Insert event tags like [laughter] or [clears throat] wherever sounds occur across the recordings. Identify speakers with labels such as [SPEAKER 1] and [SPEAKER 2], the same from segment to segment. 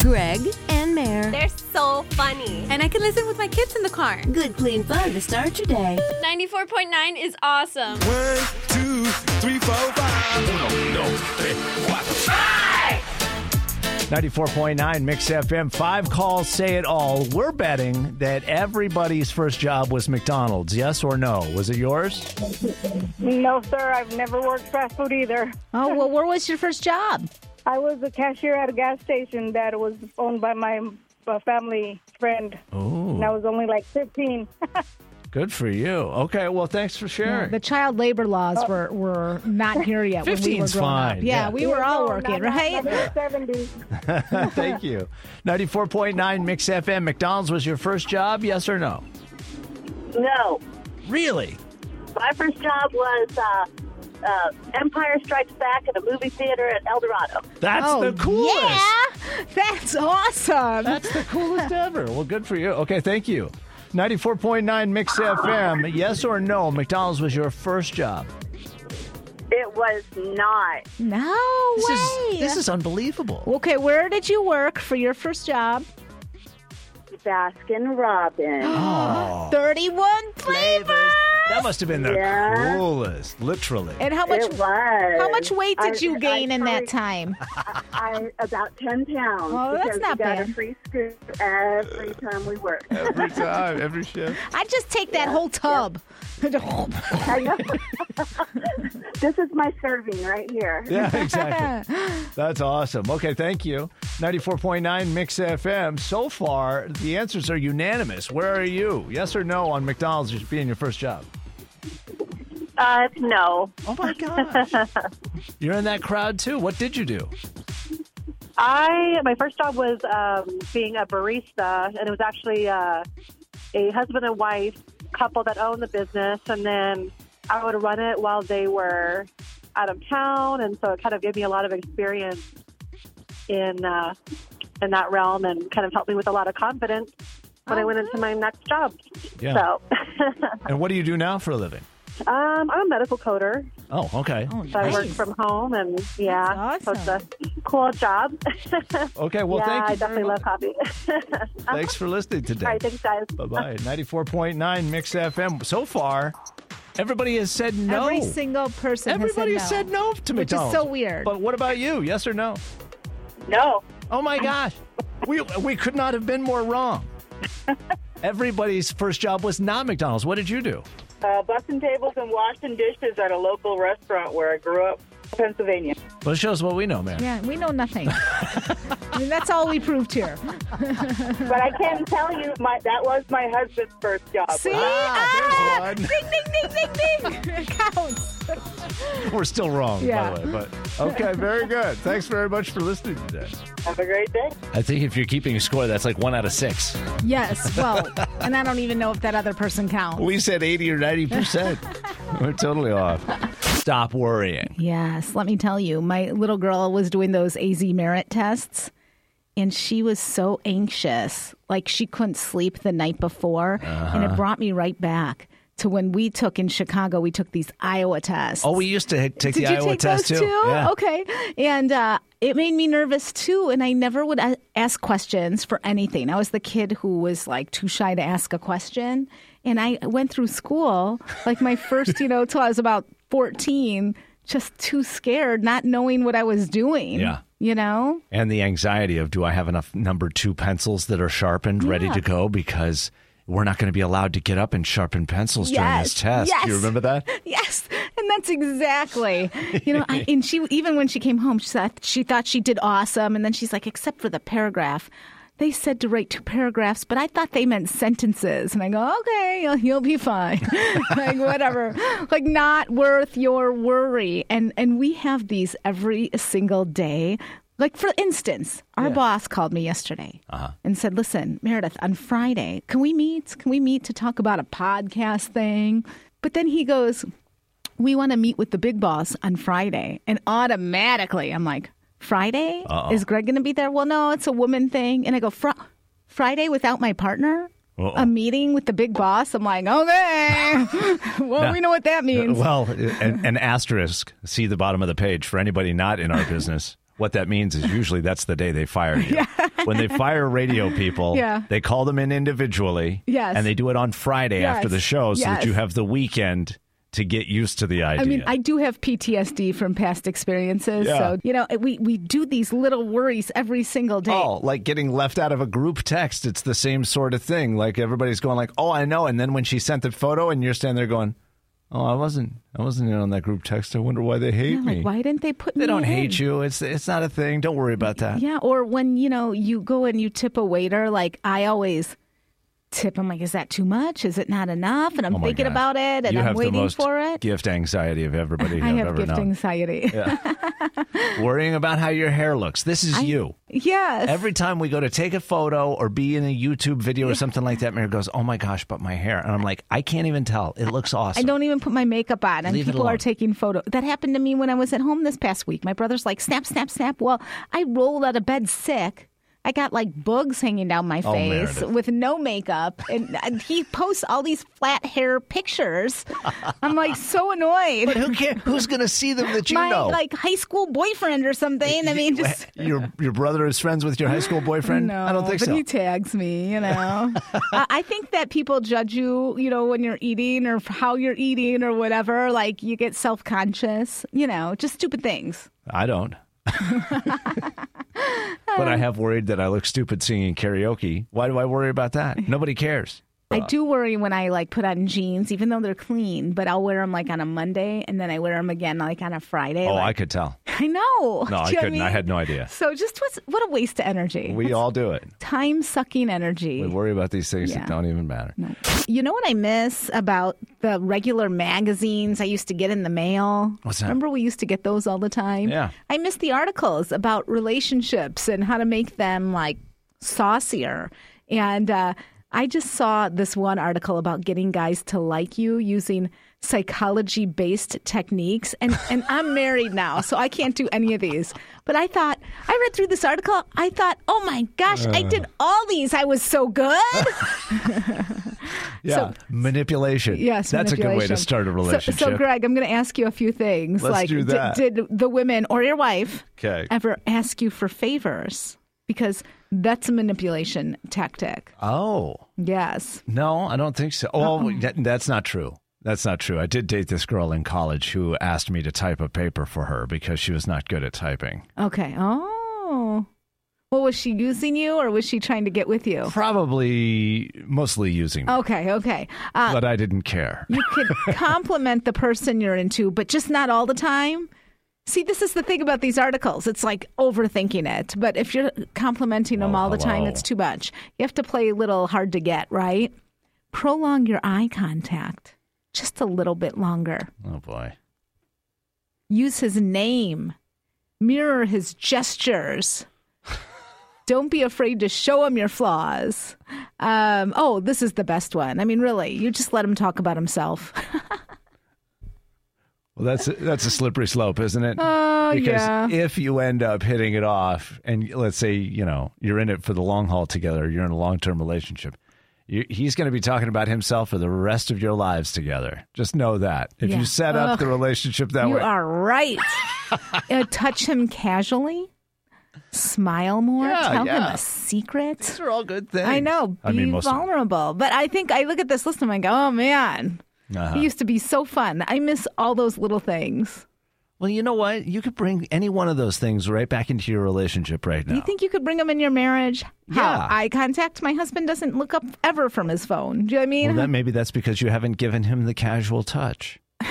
[SPEAKER 1] Greg, and Mare.
[SPEAKER 2] They're so funny.
[SPEAKER 3] And I can listen with my kids in the car.
[SPEAKER 1] Good, clean fun to start your day.
[SPEAKER 4] 94.9 is awesome.
[SPEAKER 5] One, two, three, four, five. Uno, dos, tres, cuatro.
[SPEAKER 6] 94.9 Mix FM. Five calls say it all. We're betting that everybody's first job was McDonald's. Yes or no? Was it yours?
[SPEAKER 7] No, sir. I've never worked fast food either.
[SPEAKER 8] Oh, well, where was your first job?
[SPEAKER 7] I was a cashier at a gas station that was owned by my uh, family friend.
[SPEAKER 6] Ooh.
[SPEAKER 7] And I was only like 15.
[SPEAKER 6] Good for you. Okay, well, thanks for sharing. [laughs]
[SPEAKER 8] The child labor laws
[SPEAKER 7] Oh.
[SPEAKER 8] were, were not here yet when we were
[SPEAKER 6] 15's
[SPEAKER 8] growing
[SPEAKER 6] fine,
[SPEAKER 8] up. Yeah,
[SPEAKER 6] yeah.
[SPEAKER 8] we were all
[SPEAKER 7] [laughs] No, not-
[SPEAKER 8] working,
[SPEAKER 7] not-
[SPEAKER 8] right?
[SPEAKER 7] not in the 70s.
[SPEAKER 6] Thank you. 94.9 Mix FM. McDonald's was your first job, yes or no?
[SPEAKER 9] No,
[SPEAKER 6] Really?
[SPEAKER 9] my first job was uh, uh, Empire Strikes Back at a movie theater at El Dorado.
[SPEAKER 6] That's
[SPEAKER 8] oh,
[SPEAKER 6] the coolest.
[SPEAKER 8] yeah, [laughs] that's awesome.
[SPEAKER 6] That's the coolest ever. Well, good for you. Okay, thank you. 94.9 Mix FM. Yes or no? McDonald's was your first job.
[SPEAKER 9] It was not.
[SPEAKER 8] no
[SPEAKER 6] This
[SPEAKER 8] way.
[SPEAKER 6] is this is unbelievable.
[SPEAKER 8] okay, where did you work for your first job?
[SPEAKER 9] Baskin Robbins.
[SPEAKER 6] Oh.
[SPEAKER 8] 31 flavors.
[SPEAKER 6] That must have been the
[SPEAKER 9] Yeah.
[SPEAKER 7] [laughs]
[SPEAKER 6] coolest, literally.
[SPEAKER 8] And how much
[SPEAKER 9] it was.
[SPEAKER 8] how much weight did
[SPEAKER 9] I-
[SPEAKER 8] you
[SPEAKER 9] I
[SPEAKER 8] gain in
[SPEAKER 9] probably-
[SPEAKER 8] that
[SPEAKER 6] [laughs]
[SPEAKER 8] time?
[SPEAKER 9] I about ten pounds.
[SPEAKER 8] Oh, that's
[SPEAKER 9] because
[SPEAKER 8] not
[SPEAKER 9] we got
[SPEAKER 8] bad.
[SPEAKER 9] a free scoop every time we worked.
[SPEAKER 8] [laughs]
[SPEAKER 5] Every time, every shift.
[SPEAKER 8] I'd just take that whole tub.
[SPEAKER 9] I know. [laughs] this is my serving right here.
[SPEAKER 6] [laughs] Yeah, exactly.
[SPEAKER 7] [laughs]
[SPEAKER 6] That's awesome. Okay, thank you. 94.9 Mix FM. So far, the answers are unanimous. Where are you? Yes or no on McDonald's just being your first job?
[SPEAKER 9] Uh, no,
[SPEAKER 6] Oh my gosh.
[SPEAKER 7] [laughs]
[SPEAKER 6] You're in that crowd too. What did you do?
[SPEAKER 7] I my first job was um, being a barista, and it was actually uh, a husband and wife couple that owned the business, and then I would run it while they were out of town, and so it kind of gave me a lot of experience in uh, in that realm, and kind of helped me with a lot of confidence when I went into my next job.
[SPEAKER 6] Yeah.
[SPEAKER 7] So, [laughs]
[SPEAKER 6] And what do you do now for a living?
[SPEAKER 7] um, I'm a medical coder,
[SPEAKER 6] Oh, okay.
[SPEAKER 7] so I work from home, and yeah,
[SPEAKER 8] That's awesome.
[SPEAKER 7] so it's a cool job. [laughs]
[SPEAKER 6] Okay, well,
[SPEAKER 7] yeah,
[SPEAKER 6] thank you.
[SPEAKER 7] I definitely
[SPEAKER 6] very
[SPEAKER 7] love
[SPEAKER 6] much.
[SPEAKER 7] coffee.
[SPEAKER 6] [laughs]
[SPEAKER 7] [laughs]
[SPEAKER 6] Thanks for listening today.
[SPEAKER 7] All right, thanks, guys.
[SPEAKER 6] Bye bye. 94.9 Mix FM. So far, everybody has said no.
[SPEAKER 8] [laughs] Every single person
[SPEAKER 6] Everybody
[SPEAKER 8] has said no.
[SPEAKER 6] to
[SPEAKER 8] Which is
[SPEAKER 6] McDonald's.
[SPEAKER 8] so weird.
[SPEAKER 6] But what about you? Yes or no?
[SPEAKER 9] no.
[SPEAKER 6] Oh my gosh. we we could not have been
[SPEAKER 9] [laughs]
[SPEAKER 6] more wrong. Everybody's first job was not McDonald's. What did you do?
[SPEAKER 9] Uh, busting tables and washing dishes at a local restaurant where I grew up, Pennsylvania.
[SPEAKER 6] Well, it shows what we know, man.
[SPEAKER 8] Yeah, we know nothing. I mean, that's all we proved here.
[SPEAKER 9] But I can tell you, my that was my husband's first job.
[SPEAKER 8] See?
[SPEAKER 6] Ah,
[SPEAKER 8] Ah,
[SPEAKER 6] there's
[SPEAKER 8] ding,
[SPEAKER 6] one.
[SPEAKER 8] ding, ding, ding, ding.
[SPEAKER 6] [laughs]
[SPEAKER 8] It counts.
[SPEAKER 6] [laughs] We're still wrong,
[SPEAKER 8] Yeah.
[SPEAKER 6] by the way.
[SPEAKER 8] [laughs]
[SPEAKER 6] But okay, very good. Thanks very much for listening today.
[SPEAKER 9] Have a great day.
[SPEAKER 6] I think if you're keeping a score, that's like one out of six.
[SPEAKER 8] Yes, well, and I don't even know if that other person counts.
[SPEAKER 6] We said 80 or [laughs] 90%. We're totally off. Stop worrying.
[SPEAKER 8] Yes, let me tell you, my little girl was doing those AZ merit tests and she was so anxious. Like she couldn't sleep the night before. And
[SPEAKER 6] Uh-huh.
[SPEAKER 8] it brought me right back to when we took in Chicago, we took these Iowa tests.
[SPEAKER 6] Oh, we used to take
[SPEAKER 8] Did
[SPEAKER 6] the
[SPEAKER 8] you
[SPEAKER 6] Iowa
[SPEAKER 8] take
[SPEAKER 6] test
[SPEAKER 8] those
[SPEAKER 6] too.
[SPEAKER 8] too? Okay. And uh, it made me nervous too. And I never would a- ask questions for anything. I was the kid who was like too shy to ask a question. And I went through school, like my first, you know, [laughs] till I was about 14, just too scared, not knowing what I was doing.
[SPEAKER 6] Yeah.
[SPEAKER 8] You know?
[SPEAKER 6] And the anxiety of do I have enough number two pencils that are sharpened, ready to go? Because we're not going to be allowed to get up and sharpen pencils during this
[SPEAKER 8] Yes.
[SPEAKER 6] test. Do you
[SPEAKER 8] Yes.
[SPEAKER 6] remember
[SPEAKER 8] [laughs]
[SPEAKER 6] that?
[SPEAKER 8] Yes, and that's exactly. You know, I, and she even when she came home, she thought she thought she did awesome, and then she's like, except for the paragraph. They said to write two paragraphs, but I thought they meant sentences. And I go, okay, you'll, you'll be fine. [laughs] like whatever, like not worth your worry. And and we have these every single day. Like for instance, our boss called me yesterday and said, "Listen, Meredith, on Friday, can we meet? Can we meet to talk about a podcast thing?" But then he goes, we want to meet with the big boss on Friday. And automatically, I'm like, Friday? Is Greg going to be there? Well, no, it's a woman thing. And I go, Fr- Friday without my partner? A meeting with the big boss? I'm like, okay. [laughs] well, we know
[SPEAKER 6] Uh,
[SPEAKER 8] what that means.
[SPEAKER 6] Well, an, an asterisk. See the bottom of the page for anybody not in our business. What that means is usually that's the day they fire
[SPEAKER 8] [laughs]
[SPEAKER 6] you. When they fire radio people,
[SPEAKER 8] Yeah.
[SPEAKER 6] they call them in individually.
[SPEAKER 8] Yes.
[SPEAKER 6] And they do it on Friday after
[SPEAKER 8] Yes.
[SPEAKER 6] the show so that
[SPEAKER 8] Yes.
[SPEAKER 6] you have the weekend to get used to the idea.
[SPEAKER 8] I mean, I do have PTSD from past experiences.
[SPEAKER 6] Yeah.
[SPEAKER 8] So, you know, we, we do these little worries every single day.
[SPEAKER 6] Oh, like getting left out of a group text. It's the same sort of thing. Like everybody's going like, "Oh, I know," and then when she sent the photo, and you're standing there going, "Oh, I wasn't. I wasn't in on that group text. I wonder why they hate
[SPEAKER 8] Yeah,
[SPEAKER 6] me.
[SPEAKER 8] like, why didn't they put
[SPEAKER 6] They
[SPEAKER 8] me
[SPEAKER 6] don't hate
[SPEAKER 8] in?
[SPEAKER 6] you. It's it's not a thing. Don't worry about that."
[SPEAKER 8] Yeah, or when, you know, you go and you tip a waiter, like I always tip. I'm like, is that too much? Is it not enough? And I'm
[SPEAKER 6] Oh my
[SPEAKER 8] thinking
[SPEAKER 6] gosh.
[SPEAKER 8] about it and
[SPEAKER 6] you
[SPEAKER 8] I'm
[SPEAKER 6] have
[SPEAKER 8] waiting
[SPEAKER 6] the most
[SPEAKER 8] for it.
[SPEAKER 6] Gift anxiety of
[SPEAKER 8] [laughs]
[SPEAKER 6] everybody
[SPEAKER 8] I
[SPEAKER 6] I've
[SPEAKER 8] have
[SPEAKER 6] ever
[SPEAKER 8] gift
[SPEAKER 6] known.
[SPEAKER 8] anxiety. [laughs]
[SPEAKER 6] Worrying about how your hair looks. This is you.
[SPEAKER 8] Yes.
[SPEAKER 6] Every time we go to take a photo or be in a YouTube video or something like that, Mary goes, "Oh my gosh, but my hair!" And I'm like, "I can't even tell. It looks awesome."
[SPEAKER 8] I don't even put my makeup on, and
[SPEAKER 6] Leave it
[SPEAKER 8] people
[SPEAKER 6] alone.
[SPEAKER 8] are taking photos. That happened to me when I was at home this past week. My brother's like, snap, snap, snap. Well, I rolled out of bed sick. I got like bugs hanging down my
[SPEAKER 6] Oh,
[SPEAKER 8] face
[SPEAKER 6] Meredith.
[SPEAKER 8] with no makeup, and and he posts all these flat hair pictures. I'm like so annoyed.
[SPEAKER 6] Who can Who's going to see them that you
[SPEAKER 8] My
[SPEAKER 6] know?
[SPEAKER 8] like high school boyfriend or something. I mean, just
[SPEAKER 6] your your brother is friends with your high school boyfriend?
[SPEAKER 8] [laughs] No,
[SPEAKER 6] I don't think
[SPEAKER 8] but
[SPEAKER 6] so.
[SPEAKER 8] he tags me,
[SPEAKER 6] [laughs]
[SPEAKER 8] you know. I, I think that people judge you, you know, when you're eating or how you're eating or whatever. Like you get self conscious, you know, just stupid things.
[SPEAKER 6] I don't. but I have worried that I look stupid singing karaoke. Why do I worry about that? Nobody
[SPEAKER 8] [laughs]
[SPEAKER 6] cares.
[SPEAKER 8] I do worry when I like put on jeans, even though they're clean, but I'll wear them like on a Monday and then I wear them again like on a Friday.
[SPEAKER 6] Oh, I
[SPEAKER 8] like,
[SPEAKER 6] could tell.
[SPEAKER 8] I, know.
[SPEAKER 6] No, I
[SPEAKER 8] Do you know what
[SPEAKER 6] couldn't. I
[SPEAKER 8] mean?
[SPEAKER 6] had no idea.
[SPEAKER 8] So just what's, what a waste of energy.
[SPEAKER 6] We all do it.
[SPEAKER 8] Time sucking energy.
[SPEAKER 6] We worry about these things that
[SPEAKER 8] Yeah.
[SPEAKER 6] don't even matter.
[SPEAKER 8] You know what I miss about the regular magazines I used to get in the mail?
[SPEAKER 6] What's that?
[SPEAKER 8] Remember we used to get those all the time?
[SPEAKER 6] Yeah.
[SPEAKER 8] I miss the articles about relationships and how to make them like saucier. And uh, I just saw this one article about getting guys to like you using psychology based techniques. And, and I'm married now, so I can't do any of these. But I thought, I read through this article. I thought, oh my gosh, I
[SPEAKER 6] Uh.
[SPEAKER 8] did all these. I was so good.
[SPEAKER 6] Yeah. manipulation.
[SPEAKER 8] Yes,
[SPEAKER 6] That's a good way to
[SPEAKER 8] manipulation.
[SPEAKER 6] start a
[SPEAKER 8] So-
[SPEAKER 6] relationship.
[SPEAKER 8] So, Greg, I'm going to ask you a few things.
[SPEAKER 6] Let's
[SPEAKER 8] like,
[SPEAKER 6] do
[SPEAKER 8] did-
[SPEAKER 6] that.
[SPEAKER 8] Did, the women or your wife
[SPEAKER 6] 'Kay.
[SPEAKER 8] ever ask you for favors? Because that's a manipulation tactic.
[SPEAKER 6] oh.
[SPEAKER 8] Yes.
[SPEAKER 6] No, I don't think so. Oh, that, that's not true. That's not true. I did date this girl in college who asked me to type a paper for her because she was not good at typing.
[SPEAKER 8] Okay. Oh. Well, was she using you or was she trying to get with you?
[SPEAKER 6] Probably mostly using me,
[SPEAKER 8] Okay. Okay. Uh,
[SPEAKER 6] but I didn't care.
[SPEAKER 8] you
[SPEAKER 6] [laughs]
[SPEAKER 8] could compliment the person you're into, but just not all the time. See, this is the thing about these articles. It's like overthinking it. But if you're complimenting them
[SPEAKER 6] Oh,
[SPEAKER 8] all the time,
[SPEAKER 6] hello.
[SPEAKER 8] it's too much. You have to play a little hard to get, right? Prolong your eye contact just a little bit longer.
[SPEAKER 6] Oh, boy.
[SPEAKER 8] Use his name, mirror his
[SPEAKER 6] [laughs]
[SPEAKER 8] gestures. Don't be afraid to show him your flaws. Um, oh, this is the best one. I mean, really, you just let him talk about himself. [laughs]
[SPEAKER 6] Well, that's a, that's a slippery slope, isn't it?
[SPEAKER 8] Oh,
[SPEAKER 6] because
[SPEAKER 8] yeah.
[SPEAKER 6] if you end up hitting it off, and let's say you know you're in it for the long haul together, you're in a long term relationship, you, he's going to be talking about himself for the rest of your lives together. Just know that if
[SPEAKER 8] Yeah.
[SPEAKER 6] you set up the relationship that
[SPEAKER 8] you
[SPEAKER 6] way,
[SPEAKER 8] are right. Uh, touch him casually. Smile more.
[SPEAKER 6] Yeah,
[SPEAKER 8] tell him
[SPEAKER 6] yeah.
[SPEAKER 8] a secret.
[SPEAKER 6] these are all good things.
[SPEAKER 8] I know. Be
[SPEAKER 6] I mean, most of them.
[SPEAKER 8] vulnerable. But I think I look at this list and I go, oh man,
[SPEAKER 6] Uh-huh.
[SPEAKER 8] it used to be so fun. I miss all those little things.
[SPEAKER 6] Well, you know what? You could bring any one of those things right back into your relationship right now.
[SPEAKER 8] Do you think you could bring them in your marriage?
[SPEAKER 6] Yeah.
[SPEAKER 8] How eye contact. My husband doesn't look up ever from his phone. Do you know what I mean?
[SPEAKER 6] well, that, maybe that's because you haven't given him the casual touch.
[SPEAKER 8] [laughs]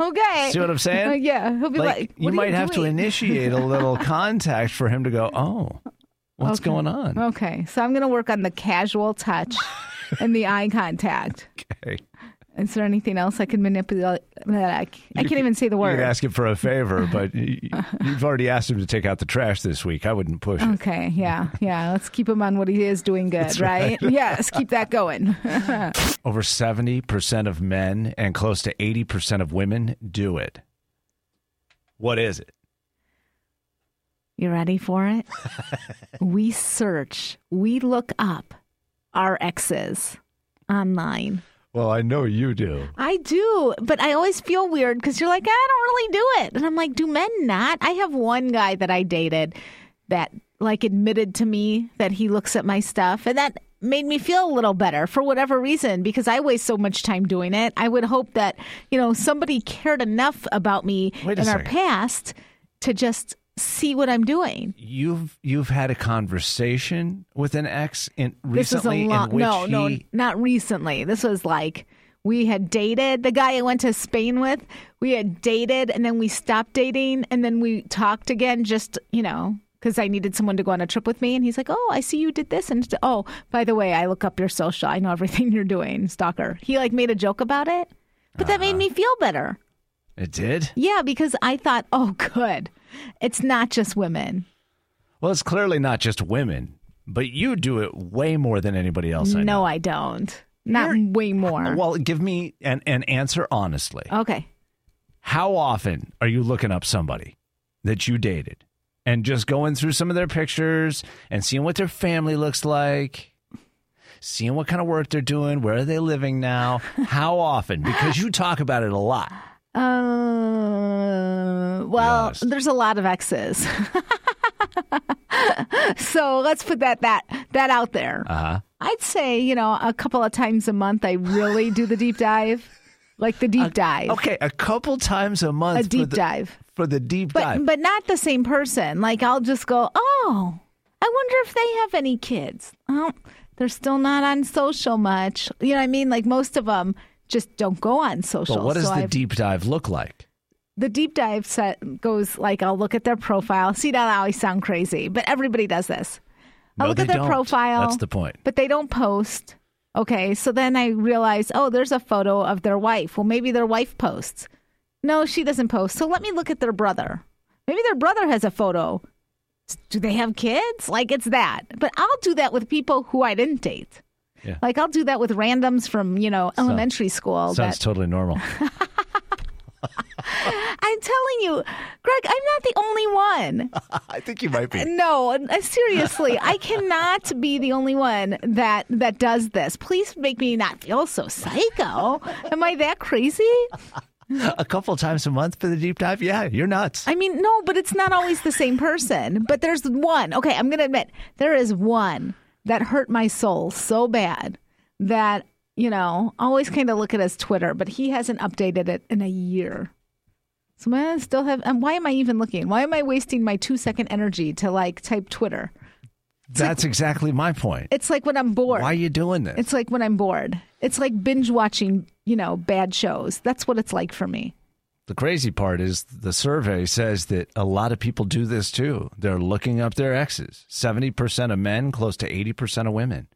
[SPEAKER 8] okay.
[SPEAKER 6] See what I'm saying?
[SPEAKER 8] Uh, yeah. He'll be
[SPEAKER 6] like,
[SPEAKER 8] like,
[SPEAKER 6] you
[SPEAKER 8] "What are
[SPEAKER 6] might have to
[SPEAKER 8] doing?"
[SPEAKER 6] initiate a
[SPEAKER 8] [laughs]
[SPEAKER 6] little contact for him to go, oh, what's
[SPEAKER 8] Okay.
[SPEAKER 6] going on?
[SPEAKER 8] Okay. So I'm going to work on the casual touch and the eye contact.
[SPEAKER 6] [laughs] Okay.
[SPEAKER 8] Is there anything else I can manipulate? I can't even say the
[SPEAKER 6] You
[SPEAKER 8] word.
[SPEAKER 6] could ask him for a favor, but y-
[SPEAKER 8] [laughs]
[SPEAKER 6] y- you've already asked him to take out the trash this week. I wouldn't push it.
[SPEAKER 8] Okay, yeah, yeah. Let's keep him on what he is doing good, right? [laughs] Yes, keep that going. [laughs]
[SPEAKER 6] Over 70% of men and close to 80% of women do it. What is it?
[SPEAKER 8] you ready for
[SPEAKER 6] [laughs]
[SPEAKER 8] it? we search, we look up our exes online.
[SPEAKER 6] Well, I know you do.
[SPEAKER 8] I do, but I always feel weird because you're like, I don't really do it. And I'm like, do men not? I have one guy that I dated that like admitted to me that he looks at my stuff and that made me feel a little better for whatever reason because I waste so much time doing it. I would hope that, you know, somebody cared enough about me
[SPEAKER 6] Wait a
[SPEAKER 8] in our
[SPEAKER 6] second.
[SPEAKER 8] past to just see what I'm doing.
[SPEAKER 6] You've you've had a conversation with an ex in
[SPEAKER 8] This is a
[SPEAKER 6] recently
[SPEAKER 8] long
[SPEAKER 6] in which
[SPEAKER 8] no,
[SPEAKER 6] he
[SPEAKER 8] no, not recently. This was like we had dated the guy I went to Spain with. We had dated and then we stopped dating and then we talked again just, you know, cuz I needed someone to go on a trip with me and he's like, "Oh, I see you did this." And oh, by the way, I look up your social. I know everything [laughs] you're doing, stalker. He like made a joke about it. But that made me
[SPEAKER 6] Uh-huh.
[SPEAKER 8] feel better.
[SPEAKER 6] it did.
[SPEAKER 8] Yeah, because I thought, "Oh, good. It's not just women."
[SPEAKER 6] Well, it's clearly not just women, but you do it way more than anybody else. I
[SPEAKER 8] no,
[SPEAKER 6] know.
[SPEAKER 8] I don't. Not
[SPEAKER 6] You're-
[SPEAKER 8] way more.
[SPEAKER 6] Well, give me an, an answer honestly.
[SPEAKER 8] okay.
[SPEAKER 6] How often are you looking up somebody that you dated and just going through some of their pictures and seeing what their family looks like? Seeing what kind of work they're doing, where are they living
[SPEAKER 8] [laughs]
[SPEAKER 6] now? How often? Because you talk about it a lot.
[SPEAKER 8] Uh, well,
[SPEAKER 6] honest.
[SPEAKER 8] there's a lot of X's. [laughs] so let's put that that that out there.
[SPEAKER 6] Uh-huh.
[SPEAKER 8] I'd say you know a couple of times a month I really do the deep dive, like the deep
[SPEAKER 6] [laughs]
[SPEAKER 8] dive,
[SPEAKER 6] Okay, a couple times a
[SPEAKER 8] a
[SPEAKER 6] month. for
[SPEAKER 8] deep
[SPEAKER 6] the,
[SPEAKER 8] dive,
[SPEAKER 6] for the deep
[SPEAKER 8] but
[SPEAKER 6] dive.
[SPEAKER 8] but not the same person. Like I'll just go, oh, I wonder if they have any kids. Oh, they're still not on social much. You know what I mean? Like most of them just don't go on social.
[SPEAKER 6] But what does
[SPEAKER 8] So
[SPEAKER 6] the
[SPEAKER 8] I've-
[SPEAKER 6] deep dive look like?
[SPEAKER 8] the deep dive set goes like I'll look at their profile. See now I always sound crazy, but everybody does this. I'll
[SPEAKER 6] No,
[SPEAKER 8] look
[SPEAKER 6] they
[SPEAKER 8] at their
[SPEAKER 6] don't.
[SPEAKER 8] profile.
[SPEAKER 6] That's the point.
[SPEAKER 8] But they don't post. Okay, so then I realize, oh, there's a photo of their wife. Well, maybe their wife posts. No, she doesn't post. So let me look at their brother. Maybe their brother has a photo. Do they have kids? Like it's that. But I'll do that with people who I didn't date.
[SPEAKER 6] Yeah.
[SPEAKER 8] Like I'll do that with randoms from, you know, elementary school.
[SPEAKER 6] Sounds
[SPEAKER 8] that-
[SPEAKER 6] totally
[SPEAKER 8] [laughs]
[SPEAKER 6] normal.
[SPEAKER 8] I'm telling you, Greg, I'm not the only one.
[SPEAKER 6] I think you might be.
[SPEAKER 8] No, uh, seriously, I cannot be the only one that that does this. Please make me not feel so psycho. Am I that crazy?
[SPEAKER 6] a couple times a month for the deep dive. Yeah, you're nuts.
[SPEAKER 8] I mean, no, but it's not always the same person. But there's one. Okay, I'm going to admit there is one that hurt my soul so bad that you know I always kind of look at his Twitter, but he hasn't updated it in a year. So man, I still have. And why am I even looking? Why am I wasting my two second energy to like type Twitter?
[SPEAKER 6] That's exactly my point.
[SPEAKER 8] It's like when I'm bored.
[SPEAKER 6] Why are you doing this?
[SPEAKER 8] It's like when I'm bored. It's like binge watching, you know, bad shows. That's what it's like for me.
[SPEAKER 6] the crazy part is the survey says that a lot of people do this too. They're looking up their exes. 70% of men, close to 80% of women.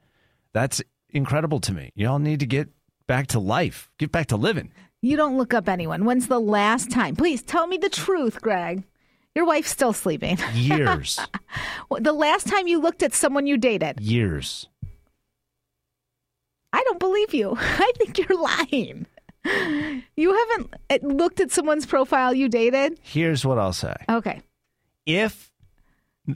[SPEAKER 6] That's incredible to me. Y'all need to get back to life, get back to living.
[SPEAKER 8] You don't look up anyone. When's the last time? Please tell me the truth, Greg. Your wife's still sleeping. [laughs]
[SPEAKER 6] Years,
[SPEAKER 8] The last time you looked at someone you dated.
[SPEAKER 6] years.
[SPEAKER 8] I don't believe you. [laughs] I think you're lying. You haven't uh, looked at someone's profile you dated?
[SPEAKER 6] Here's what I'll say.
[SPEAKER 8] Okay.
[SPEAKER 6] if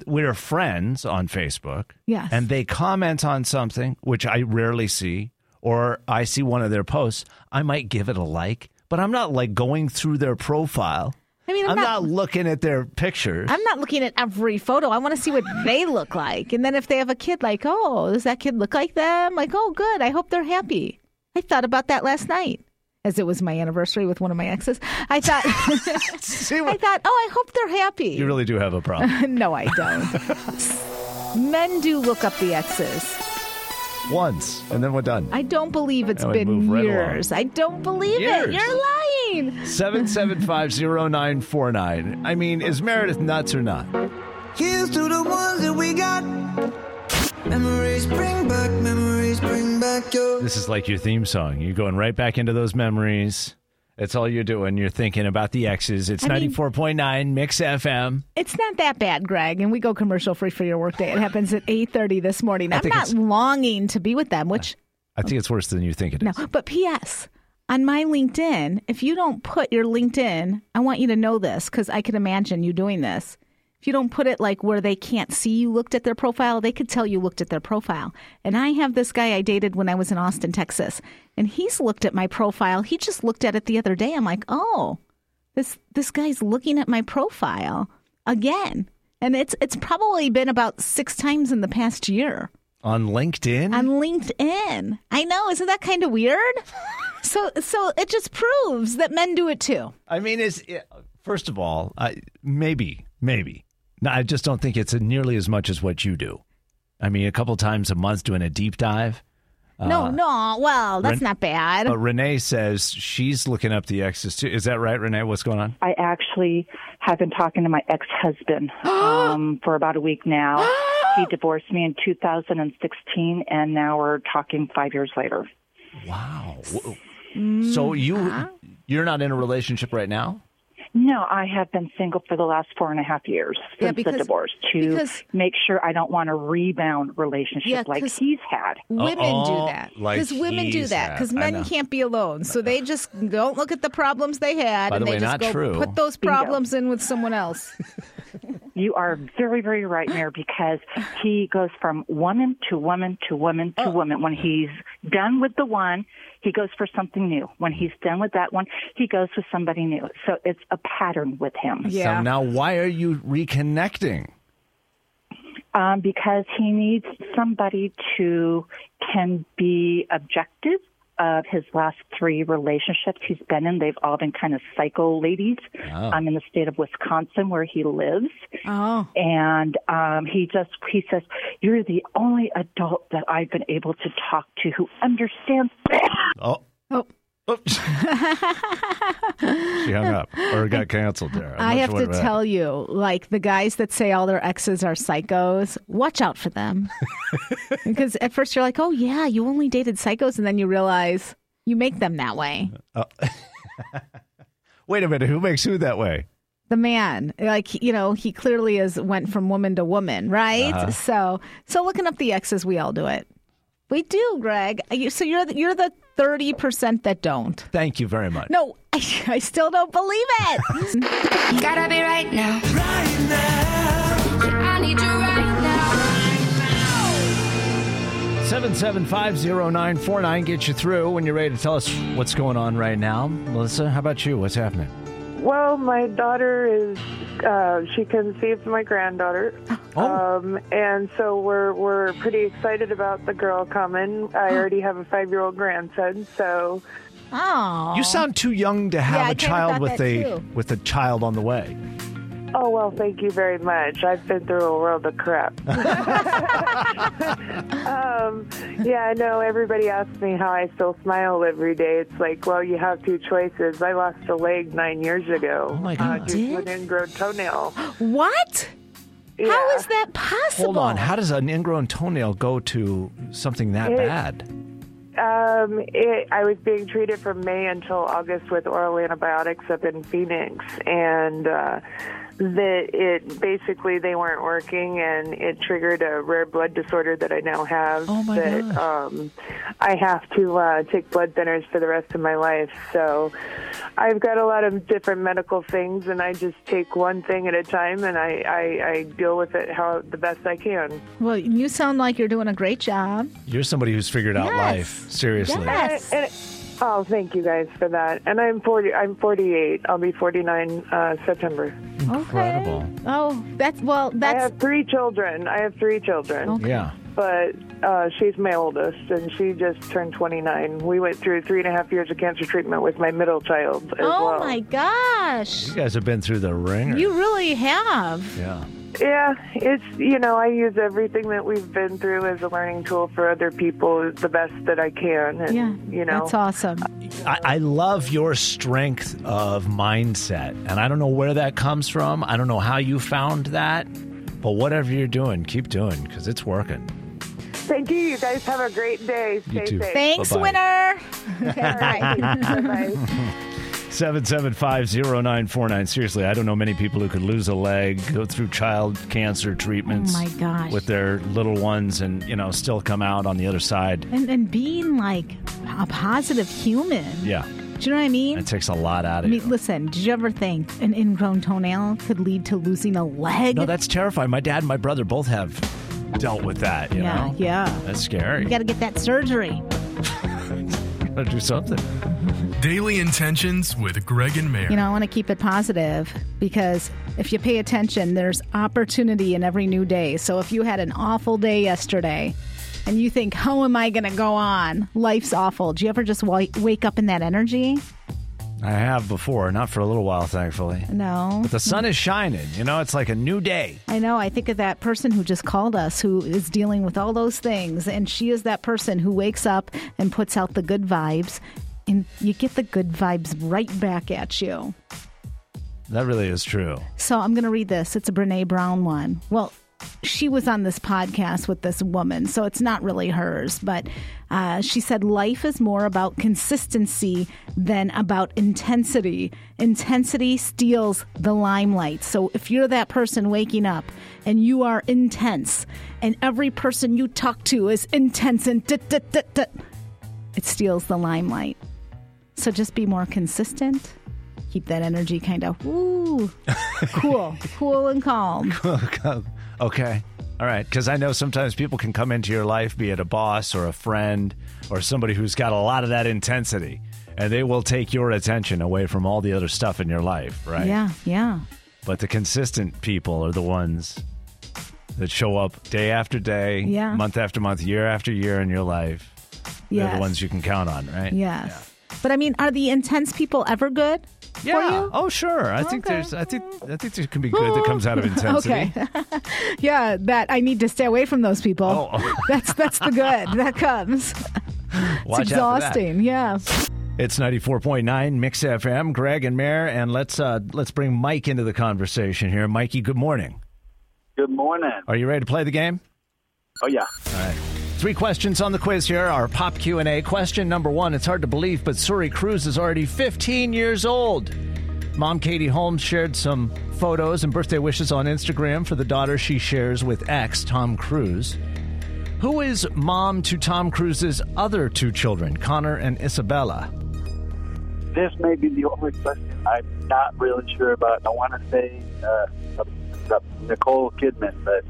[SPEAKER 6] we're friends on Facebook,
[SPEAKER 8] Yes.
[SPEAKER 6] and they comment on something which I rarely see, or I see one of their posts, I might give it a like, but I'm not like going through their profile.
[SPEAKER 8] I mean, I'm,
[SPEAKER 6] I'm, not, looking at their pictures.
[SPEAKER 8] I'm not looking at every photo. I want to see what they look like. And then if they have a kid, like, oh, does that kid look like them? Like, oh, good. I hope they're happy. I thought about that last night as it was my anniversary with one of my exes. I thought,
[SPEAKER 6] [laughs]
[SPEAKER 8] [laughs]
[SPEAKER 6] See
[SPEAKER 8] I
[SPEAKER 6] what-
[SPEAKER 8] thought, oh, I hope they're happy.
[SPEAKER 6] you really do have a
[SPEAKER 8] [laughs]
[SPEAKER 6] problem.
[SPEAKER 8] no, I don't. Men do look up the exes.
[SPEAKER 6] Once, and then we're
[SPEAKER 8] [laughs]
[SPEAKER 6] done.
[SPEAKER 8] I don't believe it's
[SPEAKER 6] Now we
[SPEAKER 8] been
[SPEAKER 6] move right
[SPEAKER 8] years. I don't believe it.
[SPEAKER 6] Years.
[SPEAKER 8] You're lying.
[SPEAKER 6] 7750949. I mean, is Meredith nuts or not?
[SPEAKER 2] Here's to the ones that we got. Memories bring back, memories bring back your.
[SPEAKER 6] This is like your theme song. You're going right back into those memories. That's all you're doing. You're thinking about the X's. It's
[SPEAKER 8] I mean-
[SPEAKER 6] 94.9 Mix FM.
[SPEAKER 8] It's not that bad, Greg. And we go commercial free for your workday. It happens at eight thirty this morning. I'm
[SPEAKER 6] think
[SPEAKER 8] not
[SPEAKER 6] it's-
[SPEAKER 8] longing to be with them, which
[SPEAKER 6] I think it's worse than you think it is.
[SPEAKER 8] no. But P.S. On my LinkedIn, if you don't put your LinkedIn, I want you to know this because I can imagine you doing this. If you don't put it like where they can't see you looked at their profile, they could tell you looked at their profile. And I have this guy I dated when I was in Austin, Texas, and he's looked at my profile. He just looked at it the other day. I'm like, oh, this this guy's looking at my profile again. And it's it's probably been about six times in the past year
[SPEAKER 6] on LinkedIn.
[SPEAKER 8] on LinkedIn. I know, isn't that kind
[SPEAKER 6] [laughs]
[SPEAKER 8] of weird? so so it just proves that men do it too.
[SPEAKER 6] I mean, it's it, first of all, I, maybe, maybe. No, I just don't think it's nearly as much as what you do. I mean, a couple times a month doing a deep dive. Uh,
[SPEAKER 8] no, no. Well, that's
[SPEAKER 6] Ren-
[SPEAKER 8] not bad.
[SPEAKER 6] But Renee says she's looking up the exes too. Is that right, Renee? What's going on?
[SPEAKER 10] I actually have been talking to my ex
[SPEAKER 8] [gasps]
[SPEAKER 10] husband um, for about a week now. he divorced me in 2016, and now we're talking five years later.
[SPEAKER 6] Wow. Whoa. So you you're not in a relationship right now?
[SPEAKER 10] No, I have been single for the last four and a half years since
[SPEAKER 8] Yeah,
[SPEAKER 10] the
[SPEAKER 8] because-
[SPEAKER 10] divorce to
[SPEAKER 8] because-
[SPEAKER 10] make sure I don't want a rebound relationship
[SPEAKER 8] Yeah,
[SPEAKER 10] like
[SPEAKER 8] 'cause-
[SPEAKER 10] he's had.
[SPEAKER 8] Women
[SPEAKER 6] Uh-oh,
[SPEAKER 8] do that
[SPEAKER 6] like
[SPEAKER 8] because women do
[SPEAKER 6] he's
[SPEAKER 8] that
[SPEAKER 6] had.
[SPEAKER 8] because
[SPEAKER 6] I
[SPEAKER 8] men
[SPEAKER 6] know.
[SPEAKER 8] can't be alone, so they just don't look at the problems they had
[SPEAKER 6] By
[SPEAKER 8] and
[SPEAKER 6] the
[SPEAKER 8] they
[SPEAKER 6] way,
[SPEAKER 8] just
[SPEAKER 6] not
[SPEAKER 8] go
[SPEAKER 6] true.
[SPEAKER 8] put those problems in with
[SPEAKER 6] [laughs]
[SPEAKER 8] someone else.
[SPEAKER 10] You are very, very right, Mayor, because he goes from woman to woman to woman to woman. When he's done with the one, he goes for something new. When he's done with that one, he goes with somebody new. So it's a pattern with him
[SPEAKER 6] So now why are you reconnecting?
[SPEAKER 10] um, because he needs somebody to can be objective. Of his last three relationships he's been in, they've all been kind of psycho ladies. I'm in the state of Wisconsin where he lives.
[SPEAKER 8] oh, [laughs]
[SPEAKER 10] and um, he just he says, "You're the only adult that I've been able to talk to who understands." [laughs]
[SPEAKER 6] Oh. [laughs]
[SPEAKER 8] Oh.
[SPEAKER 6] Oops. she hung up or got canceled there. I'm
[SPEAKER 8] I
[SPEAKER 6] not
[SPEAKER 8] have
[SPEAKER 6] sure
[SPEAKER 8] to
[SPEAKER 6] what happened.
[SPEAKER 8] tell you, like the guys that say all their exes are psychos, watch out for
[SPEAKER 6] [laughs]
[SPEAKER 8] them. because at first you're like, oh, yeah, you only dated psychos. And then you realize you make them that way.
[SPEAKER 6] Wait a minute. Who makes who that way?
[SPEAKER 8] The man, like, you know, he clearly is went from woman to woman, right?
[SPEAKER 6] Uh-huh.
[SPEAKER 8] So, so looking up the exes, we all do it. We do, Greg. Are you- So you're the, you're the 30% that don't.
[SPEAKER 6] Thank you very much.
[SPEAKER 8] No, [laughs] I, I still don't believe
[SPEAKER 6] [laughs]
[SPEAKER 8] it.
[SPEAKER 1] Gotta be right now. I need you right now.
[SPEAKER 6] 7750949 gets you through when you're ready to tell us what's going on right now. Melissa, how about you? What's happening?
[SPEAKER 11] Well, my daughter is uh, she conceived my granddaughter,
[SPEAKER 6] [gasps] Oh.
[SPEAKER 11] um, and so we're we're pretty excited about the girl coming.
[SPEAKER 6] [gasps]
[SPEAKER 11] I already have a five year old grandson, so
[SPEAKER 8] Oh.
[SPEAKER 6] You sound too young to have
[SPEAKER 8] Yeah, I
[SPEAKER 6] a
[SPEAKER 8] kinda
[SPEAKER 6] child
[SPEAKER 8] thought
[SPEAKER 6] with
[SPEAKER 8] that
[SPEAKER 6] a
[SPEAKER 8] too.
[SPEAKER 6] with a child on the way.
[SPEAKER 11] oh well, thank you very much. I've been through a world of crap.
[SPEAKER 6] [laughs]
[SPEAKER 11] [laughs] um, yeah, I know everybody asks me how I still smile every day. It's like, well, you have two choices. I lost a leg nine years ago.
[SPEAKER 6] Oh, my
[SPEAKER 11] uh,
[SPEAKER 6] God.
[SPEAKER 11] due
[SPEAKER 8] You
[SPEAKER 11] to an ingrown toenail.
[SPEAKER 8] What? How
[SPEAKER 11] Yeah.
[SPEAKER 8] is that possible?
[SPEAKER 6] Hold on. How does an ingrown toenail go to something that
[SPEAKER 11] It-
[SPEAKER 6] bad?
[SPEAKER 11] Um, it, I was being treated from May until August with oral antibiotics up in Phoenix, and uh, that it basically they weren't working, and it triggered a rare blood disorder that I now have.
[SPEAKER 6] Oh, my
[SPEAKER 11] that
[SPEAKER 6] gosh.
[SPEAKER 11] um, I have to uh, take blood thinners for the rest of my life. So I've got a lot of different medical things, and I just take one thing at a time, and I, I, I deal with it how the best I can.
[SPEAKER 8] Well, you sound like you're doing a great job.
[SPEAKER 6] You're somebody who's figured out
[SPEAKER 8] Yes.
[SPEAKER 6] life. Seriously.
[SPEAKER 8] Yes.
[SPEAKER 11] And, oh, thank you guys for that. And I'm forty. I'm 48. I'll be 49 uh, September.
[SPEAKER 6] Incredible.
[SPEAKER 8] Okay. Oh, that's well.
[SPEAKER 11] I
[SPEAKER 8] That's Oh.
[SPEAKER 11] have three children. I have three children,
[SPEAKER 6] Yeah.
[SPEAKER 11] but uh, she's my oldest, and she just turned 29. We went through three and a half years of cancer treatment with my middle child as
[SPEAKER 8] oh
[SPEAKER 11] well.
[SPEAKER 8] my gosh.
[SPEAKER 6] You guys have been through the ringer.
[SPEAKER 8] You really have.
[SPEAKER 6] yeah.
[SPEAKER 11] Yeah, it's you know I use everything that we've been through as a learning tool for other people the best that I can, and
[SPEAKER 8] Yeah.
[SPEAKER 11] you know
[SPEAKER 8] That's awesome.
[SPEAKER 6] I, I love your strength of mindset. And I don't know where that comes from. I don't know how you found that. But whatever you're doing, keep doing because it's working.
[SPEAKER 11] Thank you. You guys have a great day. Stay
[SPEAKER 6] too.
[SPEAKER 11] safe.
[SPEAKER 8] Thanks,
[SPEAKER 6] Bye-bye.
[SPEAKER 8] winner.
[SPEAKER 11] Bye [laughs] bye.
[SPEAKER 6] 7750949. Seriously, I don't know many people who could lose a leg, go through child cancer treatments
[SPEAKER 8] Oh my gosh.
[SPEAKER 6] with their little ones and, you know, still come out on the other side.
[SPEAKER 8] And and being like a positive human.
[SPEAKER 6] Yeah.
[SPEAKER 8] Do you know what I mean?
[SPEAKER 6] It takes a lot out
[SPEAKER 8] I
[SPEAKER 6] of
[SPEAKER 8] mean,
[SPEAKER 6] you.
[SPEAKER 8] listen, did you ever think an ingrown toenail could lead to losing a leg?
[SPEAKER 6] No, that's terrifying. My dad and my brother both have dealt with that. You
[SPEAKER 8] yeah,
[SPEAKER 6] know?
[SPEAKER 8] yeah.
[SPEAKER 6] That's scary.
[SPEAKER 8] You got to get that surgery.
[SPEAKER 6] Gotta do something.
[SPEAKER 12] Daily Intentions with Greg and Mayor.
[SPEAKER 8] You know, I want to keep it positive because if you pay attention, there's opportunity in every new day. So if you had an awful day yesterday and you think, how am I going to go on? Life's awful. Do you ever just wa- wake up in that energy?
[SPEAKER 6] I have before, not for a little while, thankfully.
[SPEAKER 8] No.
[SPEAKER 6] But the sun is shining. You know, it's like a new day.
[SPEAKER 8] I know. I think of that person who just called us who is dealing with all those things. And she is that person who wakes up and puts out the good vibes. And you get the good vibes right back at you.
[SPEAKER 6] That really is true. [laughs]
[SPEAKER 8] So I'm going to read this. It's a Brene Brown one. Well, she was on this podcast with this woman, so it's not really hers, but uh, she said life is more about consistency than about intensity. Intensity steals the limelight. So if you're that person waking up and you are intense, and every person you talk to is intense and da, da, da, da, it steals the limelight. So just be more consistent. Keep that energy kind of woo, cool, cool and calm.
[SPEAKER 6] okay. All right. Because I know sometimes people can come into your life, be it a boss or a friend or somebody who's got a lot of that intensity, and they will take your attention away from all the other stuff in your life, right?
[SPEAKER 8] Yeah, yeah.
[SPEAKER 6] But the consistent people are the ones that show up day after day,
[SPEAKER 8] Yeah.
[SPEAKER 6] month after month, year after year in your life. They're
[SPEAKER 8] Yes.
[SPEAKER 6] the ones you can count on, right?
[SPEAKER 8] Yes. But I mean, are the intense people ever good?
[SPEAKER 6] Yeah. Oh, sure. I think there's. I think. I think there can be good that comes out of intensity.
[SPEAKER 8] [laughs] Okay. yeah, that I need to stay away from those people.
[SPEAKER 6] Oh.
[SPEAKER 8] [laughs] that's that's the good that comes.
[SPEAKER 6] Watch
[SPEAKER 8] it's
[SPEAKER 6] out for that.
[SPEAKER 8] exhausting. Yeah.
[SPEAKER 6] It's ninety four point nine Mix FM. Greg and Mayor, and let's uh, let's bring Mike into the conversation here. Mikey, good morning.
[SPEAKER 13] Good morning.
[SPEAKER 6] Are you ready to play the game?
[SPEAKER 13] Oh yeah.
[SPEAKER 6] Three questions on the quiz here. Our pop Q and A question number one. It's hard to believe, but Suri Cruz is already fifteen years old. Mom Katie Holmes shared some photos and birthday wishes on Instagram for the daughter she shares with ex Tom Cruise. Who is mom to Tom Cruise's other two children, Connor and Isabella?
[SPEAKER 13] This may be the only question I'm not really sure about. I want to say uh, uh, Nicole Kidman, but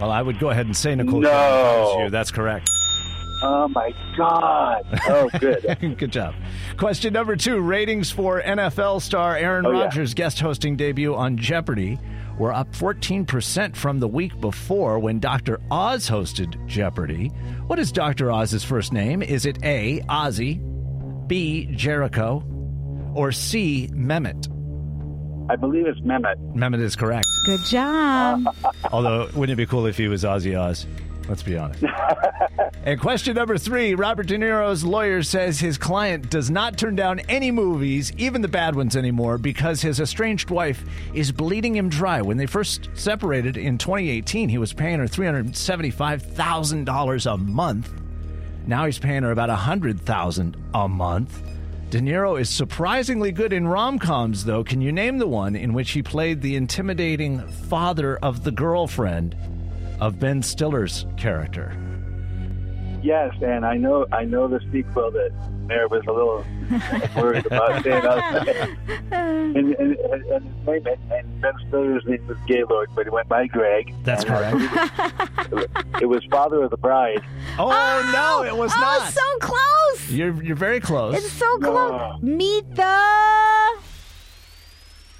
[SPEAKER 6] Well, I would go ahead and say Nicole.
[SPEAKER 13] No.
[SPEAKER 6] Kidman is you. That's correct.
[SPEAKER 13] oh my God. Oh, good.
[SPEAKER 6] [laughs]
[SPEAKER 10] [laughs]
[SPEAKER 6] good job. Question number two ratings for NFL star Aaron
[SPEAKER 13] Oh, yeah.
[SPEAKER 6] Rodgers' guest hosting debut on Jeopardy were up 14% from the week before when Dr. Oz hosted Jeopardy. What is Dr. Oz's first name? Is it A, Ozzy, B, Jericho, or C, Mehmet?
[SPEAKER 13] I believe it's Mehmet.
[SPEAKER 6] Mehmet is correct.
[SPEAKER 8] Good job.
[SPEAKER 6] Although, wouldn't it be cool if he was Ozzy Oz? Let's be honest. and question number three Robert De Niro's lawyer says his client does not turn down any movies, even the bad ones anymore, because his estranged wife is bleeding him dry. When they first separated in 2018, he was paying her $375,000 a month. Now he's paying her about $100,000 a month. De Niro is surprisingly good in rom coms, though. Can you name the one in which he played the intimidating father of the girlfriend of Ben Stiller's character?
[SPEAKER 13] Yes, and I know I know the sequel that Mayor was a little worried about saying. out and, and, and, and his name and, and Ben Stiller's name was Gaylord, but it went by Greg.
[SPEAKER 6] That's correct.
[SPEAKER 13] It was Father of the Bride.
[SPEAKER 6] [laughs] Oh, no, it was
[SPEAKER 8] oh,
[SPEAKER 6] not.
[SPEAKER 8] so close.
[SPEAKER 6] You're, you're very close.
[SPEAKER 8] It's so close. Meet the.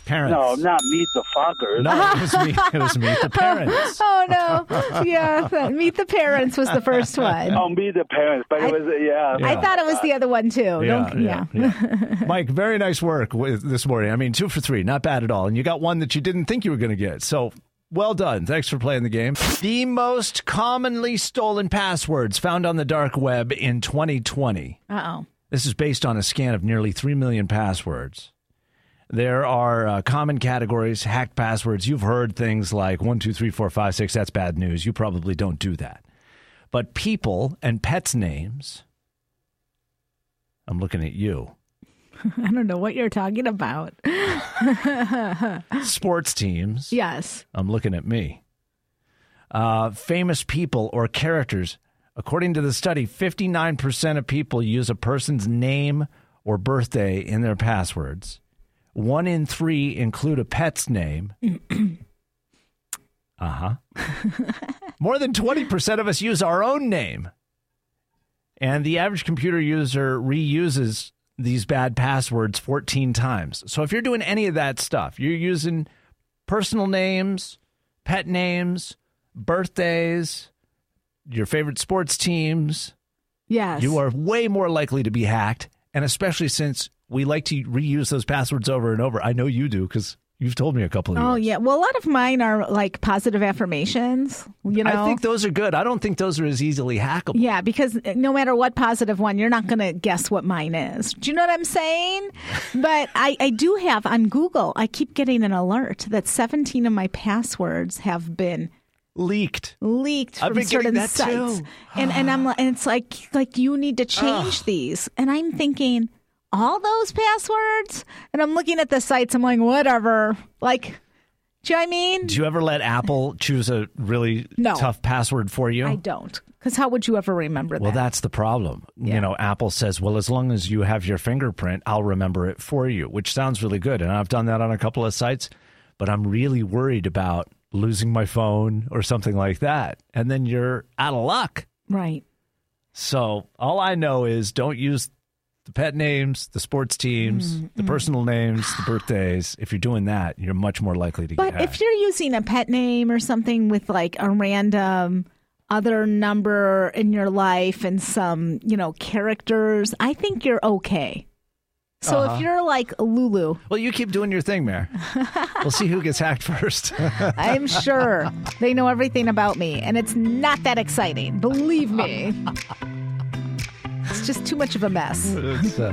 [SPEAKER 6] Parents.
[SPEAKER 13] No, Oh, not Meet the Fockers.
[SPEAKER 6] No, it was me. It was me, the parents.
[SPEAKER 8] Oh
[SPEAKER 6] [laughs]
[SPEAKER 8] no! Yeah, the- meet the parents was the first one.
[SPEAKER 13] Oh, Meet the Parents, but it was uh, yeah.
[SPEAKER 8] I thought it was the other one too. Don't, yeah. [laughs]
[SPEAKER 6] yeah. Mike, very nice work with this morning. I mean, two for three, not bad at all. And you got one that you didn't think you were going to get. So well done. Thanks for playing the game. The most commonly stolen passwords found on the dark web in 2020.
[SPEAKER 8] Uh oh.
[SPEAKER 6] This is based on a scan of nearly 3 million passwords. There are uh, common categories, hacked passwords. You've heard things like 123456, that's bad news. You probably don't do that. But people and pets' names, I'm looking at you,
[SPEAKER 8] I don't know what you're talking about.
[SPEAKER 6] sports teams,
[SPEAKER 8] yes.
[SPEAKER 6] I'm looking at me, uh, famous people or characters. According to the study, 59% of people use a person's name or birthday in their passwords. One in three include a pet's name. [clears throat] uh huh. More than 20% of us use our own name. And the average computer user reuses these bad passwords 14 times. So if you're doing any of that stuff, you're using personal names, pet names, birthdays, your favorite sports teams,
[SPEAKER 8] Yes.
[SPEAKER 6] you are way more likely to be hacked. And especially since we like to reuse those passwords over and over. I know you do because you've told me a couple of
[SPEAKER 8] Oh yeah. Well, a lot of mine are like positive affirmations. You know.
[SPEAKER 6] I think those are good. I don't think those are as easily hackable.
[SPEAKER 8] yeah, because no matter what positive one, you're not going to guess what mine is. Do you know what
[SPEAKER 6] [laughs]
[SPEAKER 8] I'm saying? but I, I do have on Google, I keep getting an alert that 17 of my passwords have been
[SPEAKER 6] leaked.
[SPEAKER 8] Leaked
[SPEAKER 6] I've
[SPEAKER 8] from
[SPEAKER 6] been getting
[SPEAKER 8] certain
[SPEAKER 6] that
[SPEAKER 8] sites.
[SPEAKER 6] too.
[SPEAKER 8] And and
[SPEAKER 6] [gasps]
[SPEAKER 8] I'm like, and it's like like you need to change these. And I'm thinking all those passwords and I'm looking at the sites I'm like whatever. Like do you know what I mean?
[SPEAKER 6] Do you ever let Apple choose a really
[SPEAKER 8] No.
[SPEAKER 6] tough password for you?
[SPEAKER 8] I don't. Because how would you ever remember
[SPEAKER 6] Well,
[SPEAKER 8] that?
[SPEAKER 6] that's the problem. You know, Apple says, well, as long as you have your fingerprint, I'll remember it for you, which sounds really good. And I've done that on a couple of sites, but I'm really worried about losing my phone or something like that. And then you're out of luck.
[SPEAKER 8] Right.
[SPEAKER 6] So all I know is don't use the pet names, the sports teams,
[SPEAKER 8] Mm-hmm.
[SPEAKER 6] the personal names, the birthdays. If you're doing that, you're much more likely to
[SPEAKER 8] But
[SPEAKER 6] get hacked.
[SPEAKER 8] if you're using a pet name or something with like a random other number in your life and some, you know, characters, I think you're okay. So
[SPEAKER 6] Uh-huh.
[SPEAKER 8] if you're like Lulu,
[SPEAKER 6] Well, you keep doing your thing,
[SPEAKER 8] [laughs]
[SPEAKER 6] Mayor. we'll see who gets hacked [laughs] first.
[SPEAKER 8] I'm sure they know everything about me and it's not that exciting. Believe me. It's just too much of a mess.
[SPEAKER 6] It's uh,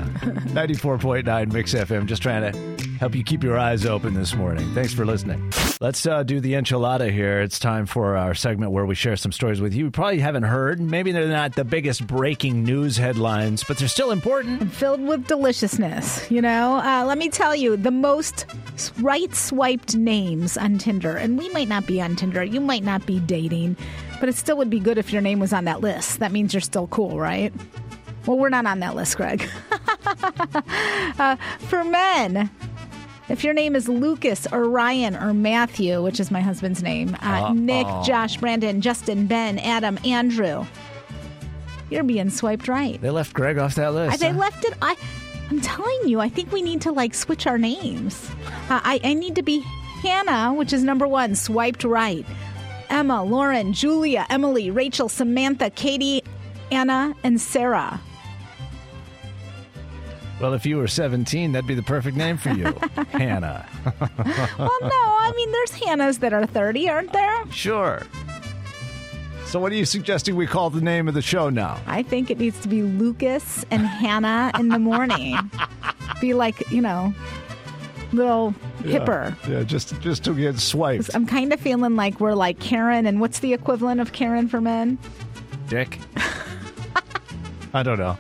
[SPEAKER 6] 94.9 Mix FM. Just trying to help you keep your eyes open this morning. Thanks for listening. Let's uh, do the enchilada here. It's time for our segment where we share some stories with you. You probably haven't heard. Maybe they're not the biggest breaking news headlines, but they're still important.
[SPEAKER 8] Filled with deliciousness, you know? Uh, let me tell you, the most s- right swiped names on Tinder, and we might not be on Tinder, you might not be dating, but it still would be good if your name was on that list. That means you're still cool, right? Well, we're not on that list, Greg. [laughs] uh, for men, if your name is Lucas or Ryan or Matthew, which is my husband's name, uh,
[SPEAKER 14] Uh-oh.
[SPEAKER 8] Nick, Josh, Brandon, Justin, Ben, Adam, Andrew, you're being swiped right.
[SPEAKER 6] They left Greg off that list.
[SPEAKER 8] I, they
[SPEAKER 6] huh?
[SPEAKER 8] left it. I, I'm telling you, I think we need to like switch our names. Uh, I, I need to be Hannah, which is number one, swiped right. Emma, Lauren, Julia, Emily, Rachel, Samantha, Katie, Anna, and Sarah.
[SPEAKER 6] Well, if you were 17, that'd be the perfect name for you, Hannah.
[SPEAKER 8] Well, no, I mean, there's Hannahs that are 30, aren't there?
[SPEAKER 6] Sure. So, what are you suggesting we call the name of the show now?
[SPEAKER 8] I think it needs to be Lucas and Hannah in the morning. be like, you know, little hipper.
[SPEAKER 6] Yeah, yeah, just just to get swiped.
[SPEAKER 8] I'm kind of feeling like we're like Karen, and what's the equivalent of Karen for men?
[SPEAKER 6] Dick? [laughs] I don't know.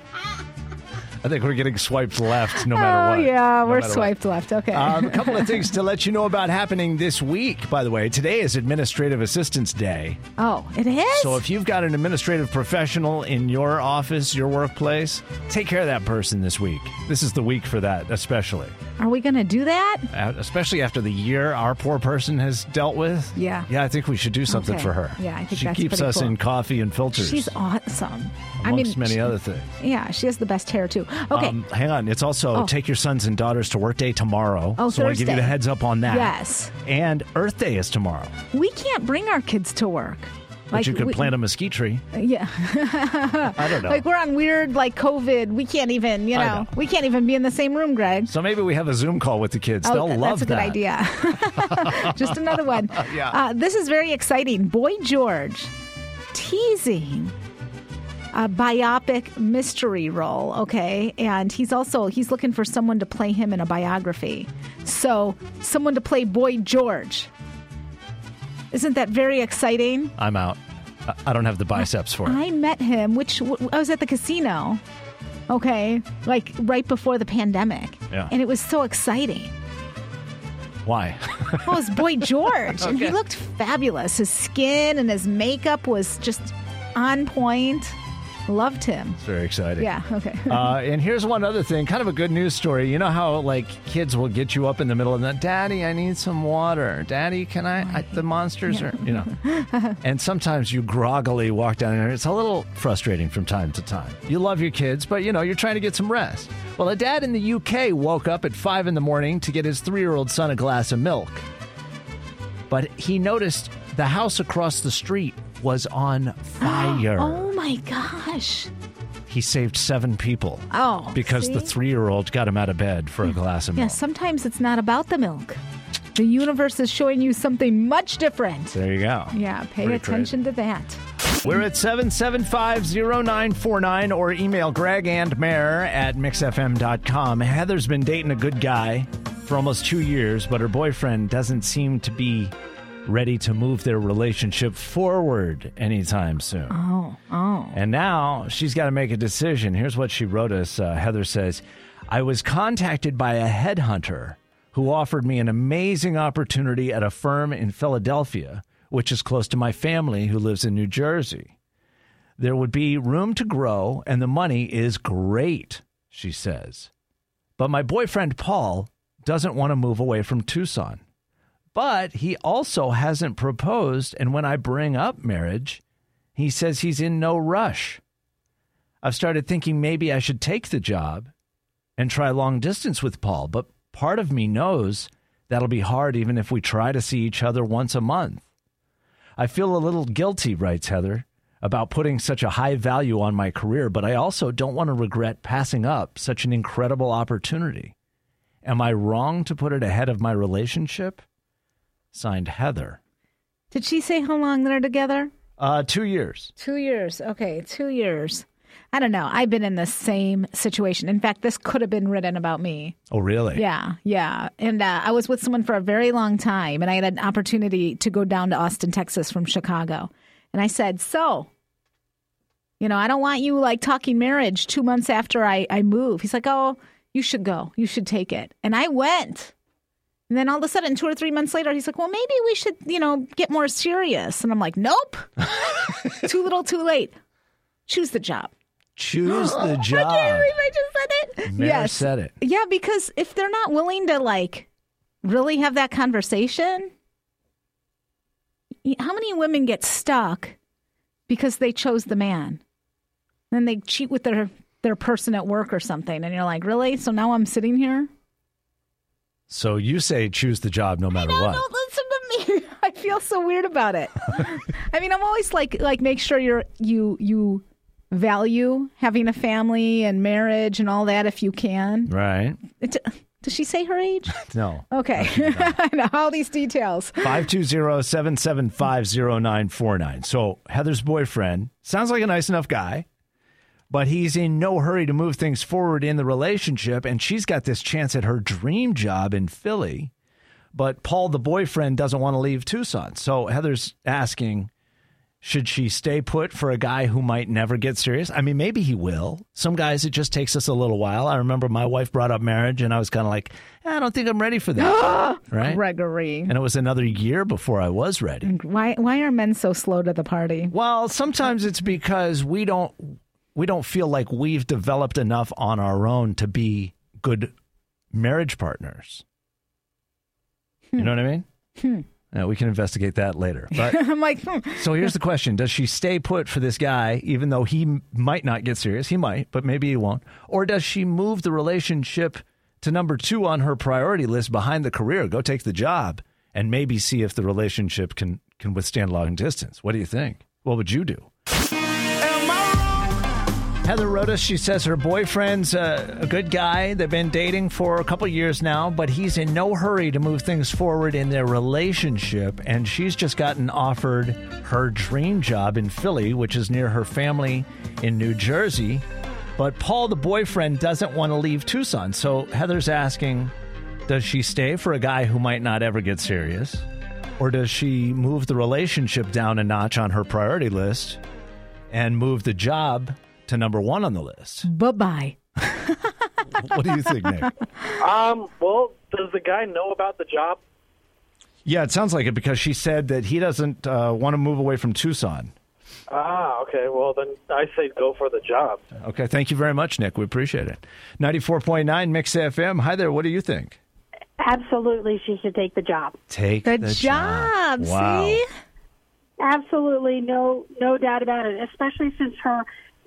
[SPEAKER 6] I think we're getting swiped left no matter
[SPEAKER 8] oh,
[SPEAKER 6] what.
[SPEAKER 8] yeah,
[SPEAKER 6] No
[SPEAKER 8] we're
[SPEAKER 6] matter what.
[SPEAKER 8] swiped left. Okay.
[SPEAKER 6] Um, a couple of things to let you know about happening this week, by the way. Today is Administrative Assistance Day.
[SPEAKER 8] oh, it is?
[SPEAKER 6] So if you've got an administrative professional in your office, your workplace, take care of that person this week. This is the week for that, especially.
[SPEAKER 8] Are we going to do that?
[SPEAKER 6] Uh, Especially after the year our poor person has dealt with.
[SPEAKER 8] Yeah.
[SPEAKER 6] Yeah, I think we should do something
[SPEAKER 8] Okay.
[SPEAKER 6] for her.
[SPEAKER 8] Yeah, I think
[SPEAKER 6] She
[SPEAKER 8] that's
[SPEAKER 6] keeps
[SPEAKER 8] pretty
[SPEAKER 6] us
[SPEAKER 8] cool.
[SPEAKER 6] in coffee and filters.
[SPEAKER 8] She's awesome. I mean,
[SPEAKER 6] amongst many
[SPEAKER 8] she-
[SPEAKER 6] other things.
[SPEAKER 8] Yeah, she has the best hair, too. Okay.
[SPEAKER 6] Um, hang on. It's also
[SPEAKER 8] Oh.
[SPEAKER 6] take your sons and daughters to work day tomorrow.
[SPEAKER 8] Oh,
[SPEAKER 6] so I want to give you the
[SPEAKER 8] Thursday.
[SPEAKER 6] heads up on that.
[SPEAKER 8] Yes.
[SPEAKER 6] And Earth Day is tomorrow.
[SPEAKER 8] we can't bring our kids to work.
[SPEAKER 6] But you could
[SPEAKER 8] we-
[SPEAKER 6] plant a mesquite tree.
[SPEAKER 8] [laughs] Yeah.
[SPEAKER 6] I don't know.
[SPEAKER 8] Like we're on weird, like COVID. We can't even, you know,
[SPEAKER 6] I know.
[SPEAKER 8] we can't even be in the same room, Greg.
[SPEAKER 6] so maybe we have a Zoom call with the kids.
[SPEAKER 8] Oh,
[SPEAKER 6] They'll
[SPEAKER 8] th-
[SPEAKER 6] love
[SPEAKER 8] that's a
[SPEAKER 6] that.
[SPEAKER 8] good idea. [laughs] Just another one.
[SPEAKER 6] [laughs] Yeah.
[SPEAKER 8] Uh, this is very exciting. Boy George teasing a biopic mystery role. Okay, and he's also he's looking for someone to play him in a biography. So someone to play Boy George. Isn't that very exciting?
[SPEAKER 6] I'm out. I- I don't have the biceps for it.
[SPEAKER 8] I met him, which w- I was at the casino. Okay, like right before the pandemic.
[SPEAKER 6] Yeah.
[SPEAKER 8] And it was so exciting.
[SPEAKER 6] Why? [laughs]
[SPEAKER 8] Oh, it was Boy George, and he
[SPEAKER 6] Okay.
[SPEAKER 8] looked fabulous. His skin and his makeup was just on point. Loved him.
[SPEAKER 6] It's very exciting.
[SPEAKER 8] Yeah, okay.
[SPEAKER 6] [laughs] uh, and here's one other thing, kind of a good news story. You know how like kids will get you up in the middle of the night, Daddy, I need some water. Daddy, can I? I the monsters are, you know. and sometimes you groggily walk down there. It's a little frustrating from time to time. You love your kids, but you know you're trying to get some rest. Well, a dad in the UK woke up at five in the morning to get his three-year-old son a glass of milk, but he noticed the house across the street was on fire.
[SPEAKER 8] [gasps] Oh my gosh.
[SPEAKER 6] He saved seven people.
[SPEAKER 8] Oh,
[SPEAKER 6] Because the
[SPEAKER 8] see? Mm.
[SPEAKER 6] three year old got him out of bed for a glass of
[SPEAKER 8] Yeah,
[SPEAKER 6] milk.
[SPEAKER 8] sometimes it's not about the milk. The universe is showing you something much different.
[SPEAKER 6] There you go.
[SPEAKER 8] Yeah, pay
[SPEAKER 6] Pretty
[SPEAKER 8] attention to that.
[SPEAKER 6] crazy. We're at 7750949 or email Greg and Mayor at mixfm.com. Heather's been dating a good guy for almost two years, but her boyfriend doesn't seem to be ready to move their relationship forward anytime soon.
[SPEAKER 8] Oh, oh.
[SPEAKER 6] And now she's got to make a decision. Here's what she wrote us. Uh, Heather says, I was contacted by a headhunter who offered me an amazing opportunity at a firm in Philadelphia, which is close to my family who lives in New Jersey. There would be room to grow, and the money is great, she says. But my boyfriend, Paul, doesn't want to move away from Tucson. But he also hasn't proposed. And when I bring up marriage, he says he's in no rush. I've started thinking maybe I should take the job and try long distance with Paul. But part of me knows that'll be hard even if we try to see each other once a month. I feel a little guilty, writes Heather, about putting such a high value on my career, but I also don't want to regret passing up such an incredible opportunity. Am I wrong to put it ahead of my relationship? Signed Heather.
[SPEAKER 8] Did she say how long they're together?
[SPEAKER 6] Uh, two years.
[SPEAKER 8] Two years. Okay, two years. I don't know. I've been in the same situation. In fact, this could have been written about me.
[SPEAKER 6] Oh, really?
[SPEAKER 8] Yeah, yeah. And uh, I was with someone for a very long time, and I had an opportunity to go down to Austin, Texas from Chicago. And I said, So, you know, I don't want you like talking marriage two months after I, I move. He's like, Oh, you should go. You should take it. And I went. And then all of a sudden, two or three months later, he's like, Well, maybe we should, you know, get more serious. And I'm like, Nope. [laughs] too little, too late. Choose the job. [gasps]
[SPEAKER 6] Choose the
[SPEAKER 8] [laughs] I can't
[SPEAKER 6] job.
[SPEAKER 8] believe I just said it.
[SPEAKER 6] Mayor
[SPEAKER 8] yes.
[SPEAKER 6] said it.
[SPEAKER 8] Yeah, because if they're not willing to like really have that conversation, y- how many women get stuck because they chose the man? Then they cheat with their their person at work or something, and you're like, really? So now I'm sitting here.
[SPEAKER 6] So you say choose the job no matter what.
[SPEAKER 8] Don't listen to me. [laughs] I feel so weird
[SPEAKER 6] [laughs]
[SPEAKER 8] about it. I mean, I'm always like like make sure you're you you value having a family and marriage and all that if you can.
[SPEAKER 6] Right?
[SPEAKER 8] It, does she say her
[SPEAKER 6] [laughs]
[SPEAKER 8] age? [laughs]
[SPEAKER 6] No.
[SPEAKER 8] Okay. I know all these details.
[SPEAKER 6] 520-775-0949. So Heather's boyfriend sounds like a nice enough guy, but he's in no hurry to move things forward in the relationship and she's got this chance at her dream job in Philly, but Paul the boyfriend doesn't want to leave Tucson. So Heather's asking should she stay put for a guy who might never get serious? I mean, maybe he will. Some guys, it just takes us a little while. I remember my wife brought up marriage, and I was kind of like, "Eh, I don't think I'm ready for that. [gasps] right?
[SPEAKER 8] Gregory.
[SPEAKER 6] And it was another year before I was ready.
[SPEAKER 8] Why why are men so slow to the party?
[SPEAKER 6] Well, sometimes it's because we don't we don't feel like we've developed enough on our own to be good marriage partners. You know what I mean? Yeah, we can investigate that later. But
[SPEAKER 8] [laughs] I'm like, hmm.
[SPEAKER 6] so here's the question: Does she stay put for this guy, even though he m- might not get serious? He might, but maybe he won't. Or does she move the relationship to number two on her priority list behind the career? Go take the job and maybe see if the relationship can can withstand long distance. What do you think? What would you do? Heather wrote us. She says her boyfriend's a, a good guy. They've been dating for a couple years now, but he's in no hurry to move things forward in their relationship. And she's just gotten offered her dream job in Philly, which is near her family in New Jersey. But Paul, the boyfriend, doesn't want to leave Tucson. So Heather's asking Does she stay for a guy who might not ever get serious? Or does she move the relationship down a notch on her priority list and move the job to number one on the
[SPEAKER 15] [laughs]
[SPEAKER 6] list.
[SPEAKER 8] bye bye.
[SPEAKER 6] What do you think, Nick?
[SPEAKER 14] Um, well, does the guy know about the job?
[SPEAKER 6] yeah, it sounds like it because she said that he doesn't uh, want to move away from Tucson.
[SPEAKER 14] Ah, okay. Well, then I say go for the job.
[SPEAKER 6] Okay, thank you very much, Nick. We appreciate it. 94.9 Mix FM. Hi there. What do you think?
[SPEAKER 15] Absolutely, she should take the job.
[SPEAKER 6] Take
[SPEAKER 15] The
[SPEAKER 6] the,
[SPEAKER 15] job,
[SPEAKER 6] Wow.
[SPEAKER 15] see? Absolutely, no, no doubt about it. Especially since her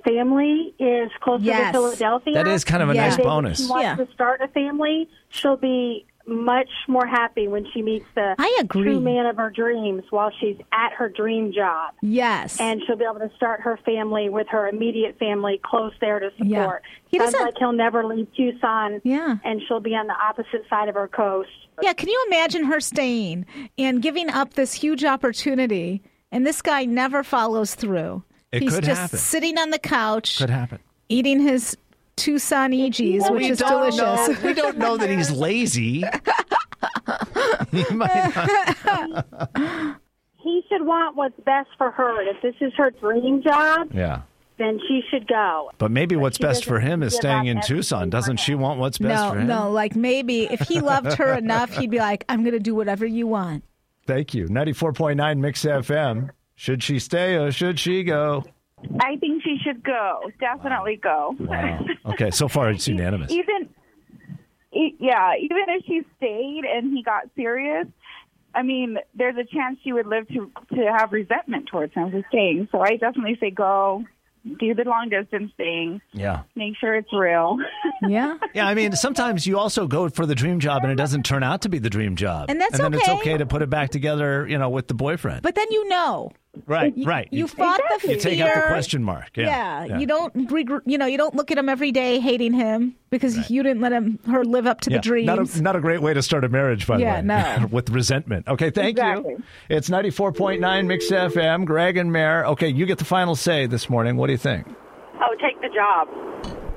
[SPEAKER 15] family is closer
[SPEAKER 6] Yes.
[SPEAKER 15] to Philadelphia.
[SPEAKER 6] That is kind of a nice
[SPEAKER 15] And if
[SPEAKER 6] bonus.
[SPEAKER 15] She wants
[SPEAKER 6] Yeah.
[SPEAKER 15] to start a family. She'll be much more happy when she meets the
[SPEAKER 8] I agree.
[SPEAKER 15] true man of her dreams while she's at her dream job.
[SPEAKER 8] Yes.
[SPEAKER 15] and she'll be able to start her family with her immediate family close there to support.
[SPEAKER 8] Yeah. He
[SPEAKER 15] Sounds
[SPEAKER 8] doesn't-
[SPEAKER 15] like he'll never leave Tucson.
[SPEAKER 8] Yeah.
[SPEAKER 15] and she'll be on the opposite side of her coast.
[SPEAKER 8] Yeah, can you imagine her staying and giving up this huge opportunity? And this guy never follows through.
[SPEAKER 6] It
[SPEAKER 8] He's
[SPEAKER 6] could
[SPEAKER 8] just
[SPEAKER 6] happen.
[SPEAKER 8] sitting on the couch,
[SPEAKER 6] Could happen.
[SPEAKER 8] eating his Tucson EGs, which
[SPEAKER 6] we
[SPEAKER 8] is
[SPEAKER 6] don't
[SPEAKER 8] delicious.
[SPEAKER 6] Know,
[SPEAKER 15] [laughs]
[SPEAKER 6] we don't know that he's lazy. He might not-
[SPEAKER 15] He should want what's best for her. And if this is her dream job,
[SPEAKER 6] Yeah.
[SPEAKER 15] then she should go.
[SPEAKER 6] But maybe what's
[SPEAKER 15] she
[SPEAKER 6] best for
[SPEAKER 15] doesn't
[SPEAKER 6] him is
[SPEAKER 15] give
[SPEAKER 6] staying
[SPEAKER 15] up
[SPEAKER 6] in
[SPEAKER 15] everything
[SPEAKER 6] Tucson. Doesn't she want what's best
[SPEAKER 8] no,
[SPEAKER 6] for him?
[SPEAKER 8] no, like maybe if he loved her enough, he'd be like, I'm going to do whatever you want.
[SPEAKER 6] Thank you. 94.9 Mix FM. Should she stay or should she go?
[SPEAKER 16] I think she should go. Definitely go.
[SPEAKER 6] Wow. Okay, so far it's
[SPEAKER 8] [laughs]
[SPEAKER 6] unanimous.
[SPEAKER 16] even e- yeah, even if she stayed and he got serious, I mean, there's a chance she would live to to have resentment towards him for staying. So I definitely say go, do the long distance thing,
[SPEAKER 6] Yeah.
[SPEAKER 16] make sure it's
[SPEAKER 10] [laughs]
[SPEAKER 16] real.
[SPEAKER 8] Yeah.
[SPEAKER 6] Yeah, I mean, sometimes you also go for the dream job and it doesn't turn out to be the dream job.
[SPEAKER 8] And that's
[SPEAKER 6] and then it's
[SPEAKER 8] okay.
[SPEAKER 6] okay to put it back together, you know, with the boyfriend.
[SPEAKER 8] But then you know.
[SPEAKER 6] right,
[SPEAKER 8] You-
[SPEAKER 6] right.
[SPEAKER 8] You, fought the fear.
[SPEAKER 6] You take out the question mark. Yeah.
[SPEAKER 8] You don't regr you know, you don't look at him every day hating him because you didn't let him her live up to
[SPEAKER 6] Yeah.
[SPEAKER 8] the dreams.
[SPEAKER 6] Not a, not a great way to start a marriage, by
[SPEAKER 8] Yeah,
[SPEAKER 6] the way.
[SPEAKER 8] no.
[SPEAKER 6] [laughs] With resentment. Okay, thank you. It's 94.9 Mix FM, Greg and Mare. Okay, you get the final say this morning. What do you think?
[SPEAKER 9] Oh, take the job.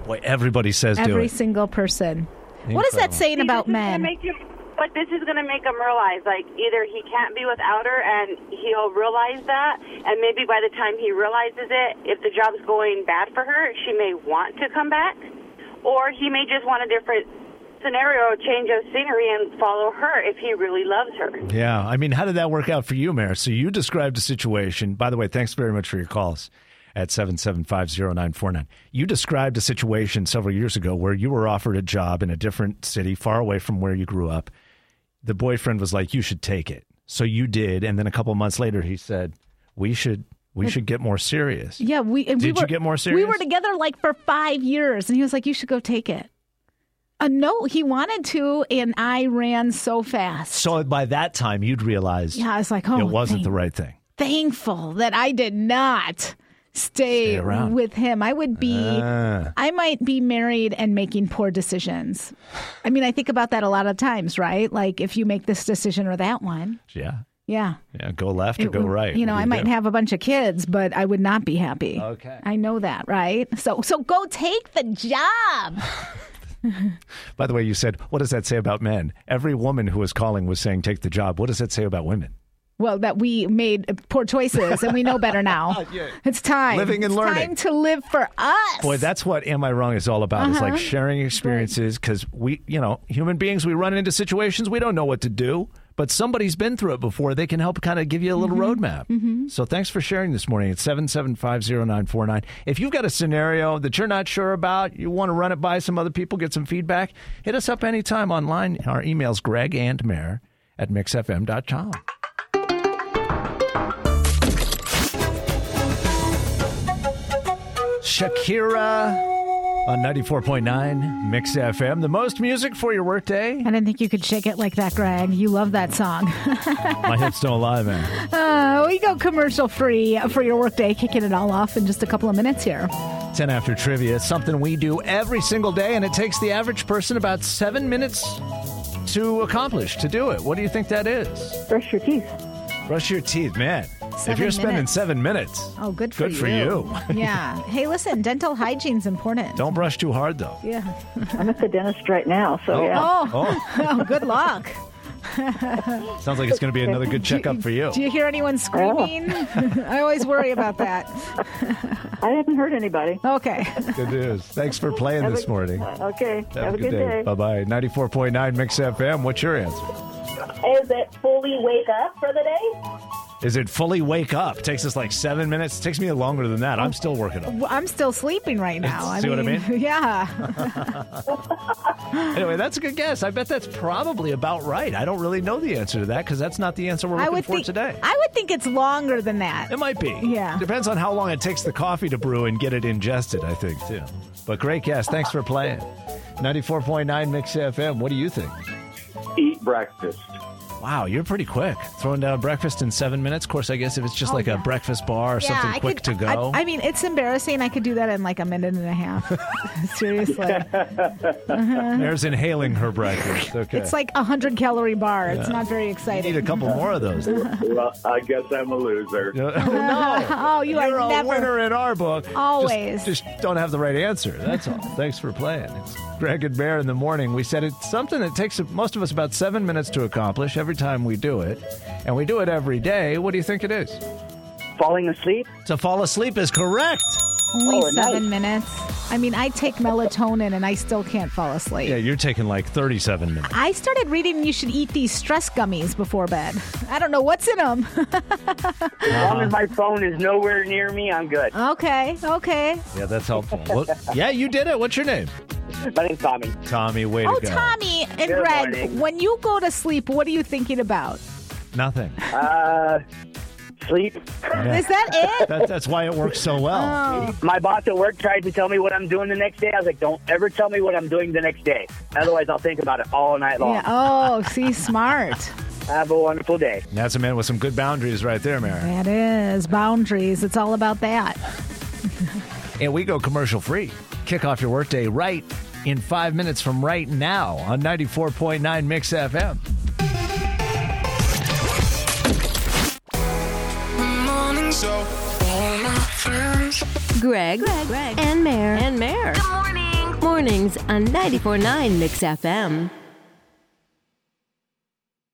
[SPEAKER 6] Boy, everybody says do
[SPEAKER 8] every
[SPEAKER 6] it.
[SPEAKER 8] single person. What is that
[SPEAKER 6] Incredible.
[SPEAKER 8] saying
[SPEAKER 9] See,
[SPEAKER 8] about
[SPEAKER 9] this is gonna
[SPEAKER 8] men?
[SPEAKER 9] make him- but this is going to make him realize, like, either he can't be without her and he'll realize that, and maybe by the time he realizes it, if the job's going bad for her, she may want to come back, or he may just want a different scenario, change of scenery, and follow her if he really loves her.
[SPEAKER 6] Yeah. I mean, how did that work out for you, Mayor? So you described a situation. By the way, thanks very much for your calls at 7750949. You described a situation several years ago where you were offered a job in a different city far away from where you grew up. The boyfriend was like, "You should take it." So you did, and then a couple months later he said, "We should we should get more serious."
[SPEAKER 8] Yeah, we and we
[SPEAKER 6] Did you
[SPEAKER 8] were,
[SPEAKER 6] get more
[SPEAKER 8] We
[SPEAKER 6] serious?
[SPEAKER 8] were together like for five years, and he was like, "You should go take it." Uh, no, he wanted to, and I ran so fast.
[SPEAKER 6] So by that time you'd realized
[SPEAKER 8] Yeah, I was like, "Oh,
[SPEAKER 6] it wasn't
[SPEAKER 8] thank
[SPEAKER 6] the right thing.
[SPEAKER 8] thankful that I did not stay,
[SPEAKER 6] Stay around.
[SPEAKER 8] with him. I would be,
[SPEAKER 6] Ah.
[SPEAKER 8] I might be married and making poor decisions. I mean, I think about that a lot of times, right? Like if you make this decision or that one,
[SPEAKER 6] Yeah.
[SPEAKER 8] yeah.
[SPEAKER 6] Yeah, go left or
[SPEAKER 8] It
[SPEAKER 6] go
[SPEAKER 8] would-
[SPEAKER 6] right.
[SPEAKER 8] You know,
[SPEAKER 6] What do
[SPEAKER 8] I might
[SPEAKER 6] do?
[SPEAKER 8] have a bunch of kids, but I would not be happy.
[SPEAKER 6] Okay.
[SPEAKER 8] I know that, right? So, so go take the job.
[SPEAKER 6] By the way, you said, what does that say about men? Every woman who was calling was saying, take the job. What does that say about women?
[SPEAKER 8] Well, that we made poor choices and we know better now.
[SPEAKER 6] [laughs] Yeah.
[SPEAKER 8] It's time.
[SPEAKER 6] Living and
[SPEAKER 8] It's
[SPEAKER 6] learning.
[SPEAKER 8] Time to live for us.
[SPEAKER 6] Boy, that's what Am I Wrong is all about. It's
[SPEAKER 8] Uh-huh.
[SPEAKER 6] like sharing experiences because we, you know, human beings, we run into situations we don't know what to do, but somebody's been through it before. They can help kind of give you a little roadmap. So thanks for sharing this morning. It's 7750949. If you've got a scenario that you're not sure about, you want to run it by some other people, get some feedback, hit us up anytime online. Our email's greg and mayor at mixfm.com. Shakira on 94.9 Mix FM, the most music for your workday.
[SPEAKER 8] I didn't think you could shake it like that, Greg. You love that song. [laughs]
[SPEAKER 6] My hips don't lie, man.
[SPEAKER 8] uh, we go commercial free for your workday, kicking it all off in just a couple of minutes here.
[SPEAKER 6] 10 after trivia, It's something we do every single day, and it takes the average person about seven minutes to accomplish, to do it. What do you think that is?
[SPEAKER 16] Brush your teeth.
[SPEAKER 6] Brush your teeth, man. if
[SPEAKER 8] Seven
[SPEAKER 6] you're spending
[SPEAKER 8] minutes.
[SPEAKER 6] seven minutes,
[SPEAKER 8] Oh, good for
[SPEAKER 6] Good
[SPEAKER 8] you.
[SPEAKER 6] for you.
[SPEAKER 8] [laughs] yeah. Hey, listen, dental hygiene's important.
[SPEAKER 6] don't brush too hard,
[SPEAKER 8] [laughs]
[SPEAKER 6] though.
[SPEAKER 8] Yeah.
[SPEAKER 10] I'm at the dentist right now, so
[SPEAKER 6] Oh.
[SPEAKER 10] yeah.
[SPEAKER 8] Oh,
[SPEAKER 6] Oh.
[SPEAKER 8] oh, good luck.
[SPEAKER 6] Sounds like it's going to be another good checkup for you.
[SPEAKER 8] Do you hear anyone screaming? [laughs] I always worry about that. I haven't heard anybody. Okay.
[SPEAKER 6] Good news. Thanks for playing this morning.
[SPEAKER 10] Uh, Okay.
[SPEAKER 6] Bye bye. 94.9 Mix FM. What's your answer?
[SPEAKER 17] Is it fully wake up for the day?
[SPEAKER 6] Is it fully wake up? Takes us like seven minutes. Takes me longer than that. I'm still working on it.
[SPEAKER 8] Well, I'm still sleeping right now.
[SPEAKER 6] See what I mean?
[SPEAKER 8] [laughs] Yeah.
[SPEAKER 6] Anyway, that's a good guess. I bet that's probably about right. I don't really know the answer to that because that's not the answer we're
[SPEAKER 8] I
[SPEAKER 6] looking
[SPEAKER 8] would
[SPEAKER 6] for
[SPEAKER 8] think
[SPEAKER 6] today.
[SPEAKER 8] I would think it's longer than that.
[SPEAKER 6] It might be.
[SPEAKER 8] Yeah.
[SPEAKER 6] Depends on how long it takes the coffee to brew and get it ingested, I think, too. But great guess. Thanks for playing. 94.9 Mix FM. What do you think?
[SPEAKER 18] Eat breakfast.
[SPEAKER 6] Wow, you're pretty quick. Throwing down breakfast in seven minutes. Of course, I guess if it's just like a breakfast bar or
[SPEAKER 8] Oh, yeah,
[SPEAKER 6] something
[SPEAKER 8] I
[SPEAKER 6] quick
[SPEAKER 8] could-
[SPEAKER 6] to go.
[SPEAKER 8] I, I mean, it's embarrassing. I could do that in like a minute and a half.
[SPEAKER 6] [laughs]
[SPEAKER 8] [laughs] Seriously. Uh-huh.
[SPEAKER 6] There's inhaling her breakfast. Okay.
[SPEAKER 8] [laughs] It's like a 100 calorie bar. It's
[SPEAKER 6] Yeah.
[SPEAKER 8] not very
[SPEAKER 6] I
[SPEAKER 8] exciting.
[SPEAKER 6] need a
[SPEAKER 8] [laughs]
[SPEAKER 6] couple more of those.
[SPEAKER 18] well, I guess I'm a loser.
[SPEAKER 8] [laughs]
[SPEAKER 6] [laughs]
[SPEAKER 8] oh, you
[SPEAKER 6] You're
[SPEAKER 8] are
[SPEAKER 6] a
[SPEAKER 8] never.
[SPEAKER 6] winner in our book. Just-
[SPEAKER 8] Always.
[SPEAKER 6] Just, don't have the right answer. That's all. Thanks for playing. It's Greg and Bear in the morning. We said it's something that takes most of us about seven minutes to accomplish every time we do it, and we do it every day. What do you think it is?
[SPEAKER 19] Falling asleep.
[SPEAKER 6] To fall asleep is correct.
[SPEAKER 8] Only
[SPEAKER 6] Oh,
[SPEAKER 8] seven minutes. I mean, I take melatonin and I still can't fall asleep.
[SPEAKER 6] Yeah, you're taking like 37 minutes.
[SPEAKER 8] I started reading you should eat these stress gummies before bed. I don't know what's in them.
[SPEAKER 19] As long as my phone is nowhere near me, I'm good.
[SPEAKER 8] [laughs] okay, okay.
[SPEAKER 6] Yeah, that's
[SPEAKER 8] [laughs]
[SPEAKER 6] helpful. What- yeah, you did it. What's your name?
[SPEAKER 19] My name's Tommy.
[SPEAKER 6] Tommy, way
[SPEAKER 8] oh,
[SPEAKER 6] to go.
[SPEAKER 8] Tommy and
[SPEAKER 19] Good
[SPEAKER 8] Greg,
[SPEAKER 19] morning.
[SPEAKER 8] when you go to sleep, what are you thinking about? [laughs]
[SPEAKER 6] Nothing.
[SPEAKER 19] Uh, sleep.
[SPEAKER 6] Yeah.
[SPEAKER 8] Is that
[SPEAKER 6] [laughs]
[SPEAKER 8] it?
[SPEAKER 6] That- that's why it works so well.
[SPEAKER 17] Oh.
[SPEAKER 19] My boss at work tried to tell me what I'm doing the next day. I was like, don't ever tell me what I'm doing the next day. Otherwise, I'll think about it all night long.
[SPEAKER 8] Yeah. Oh, see, smart.
[SPEAKER 19] Have a wonderful day.
[SPEAKER 8] Oh.
[SPEAKER 6] That's a man with some good boundaries right there, Mary.
[SPEAKER 8] That is boundaries. It's all about that.
[SPEAKER 6] And we go commercial free. Kick off your workday right in five minutes from right now on 94.9 Mix FM.
[SPEAKER 1] Morning. So, all my friends.
[SPEAKER 20] Greg, Greg, and Mare, and Mare. Morning. Mornings on 94.9 Mix FM.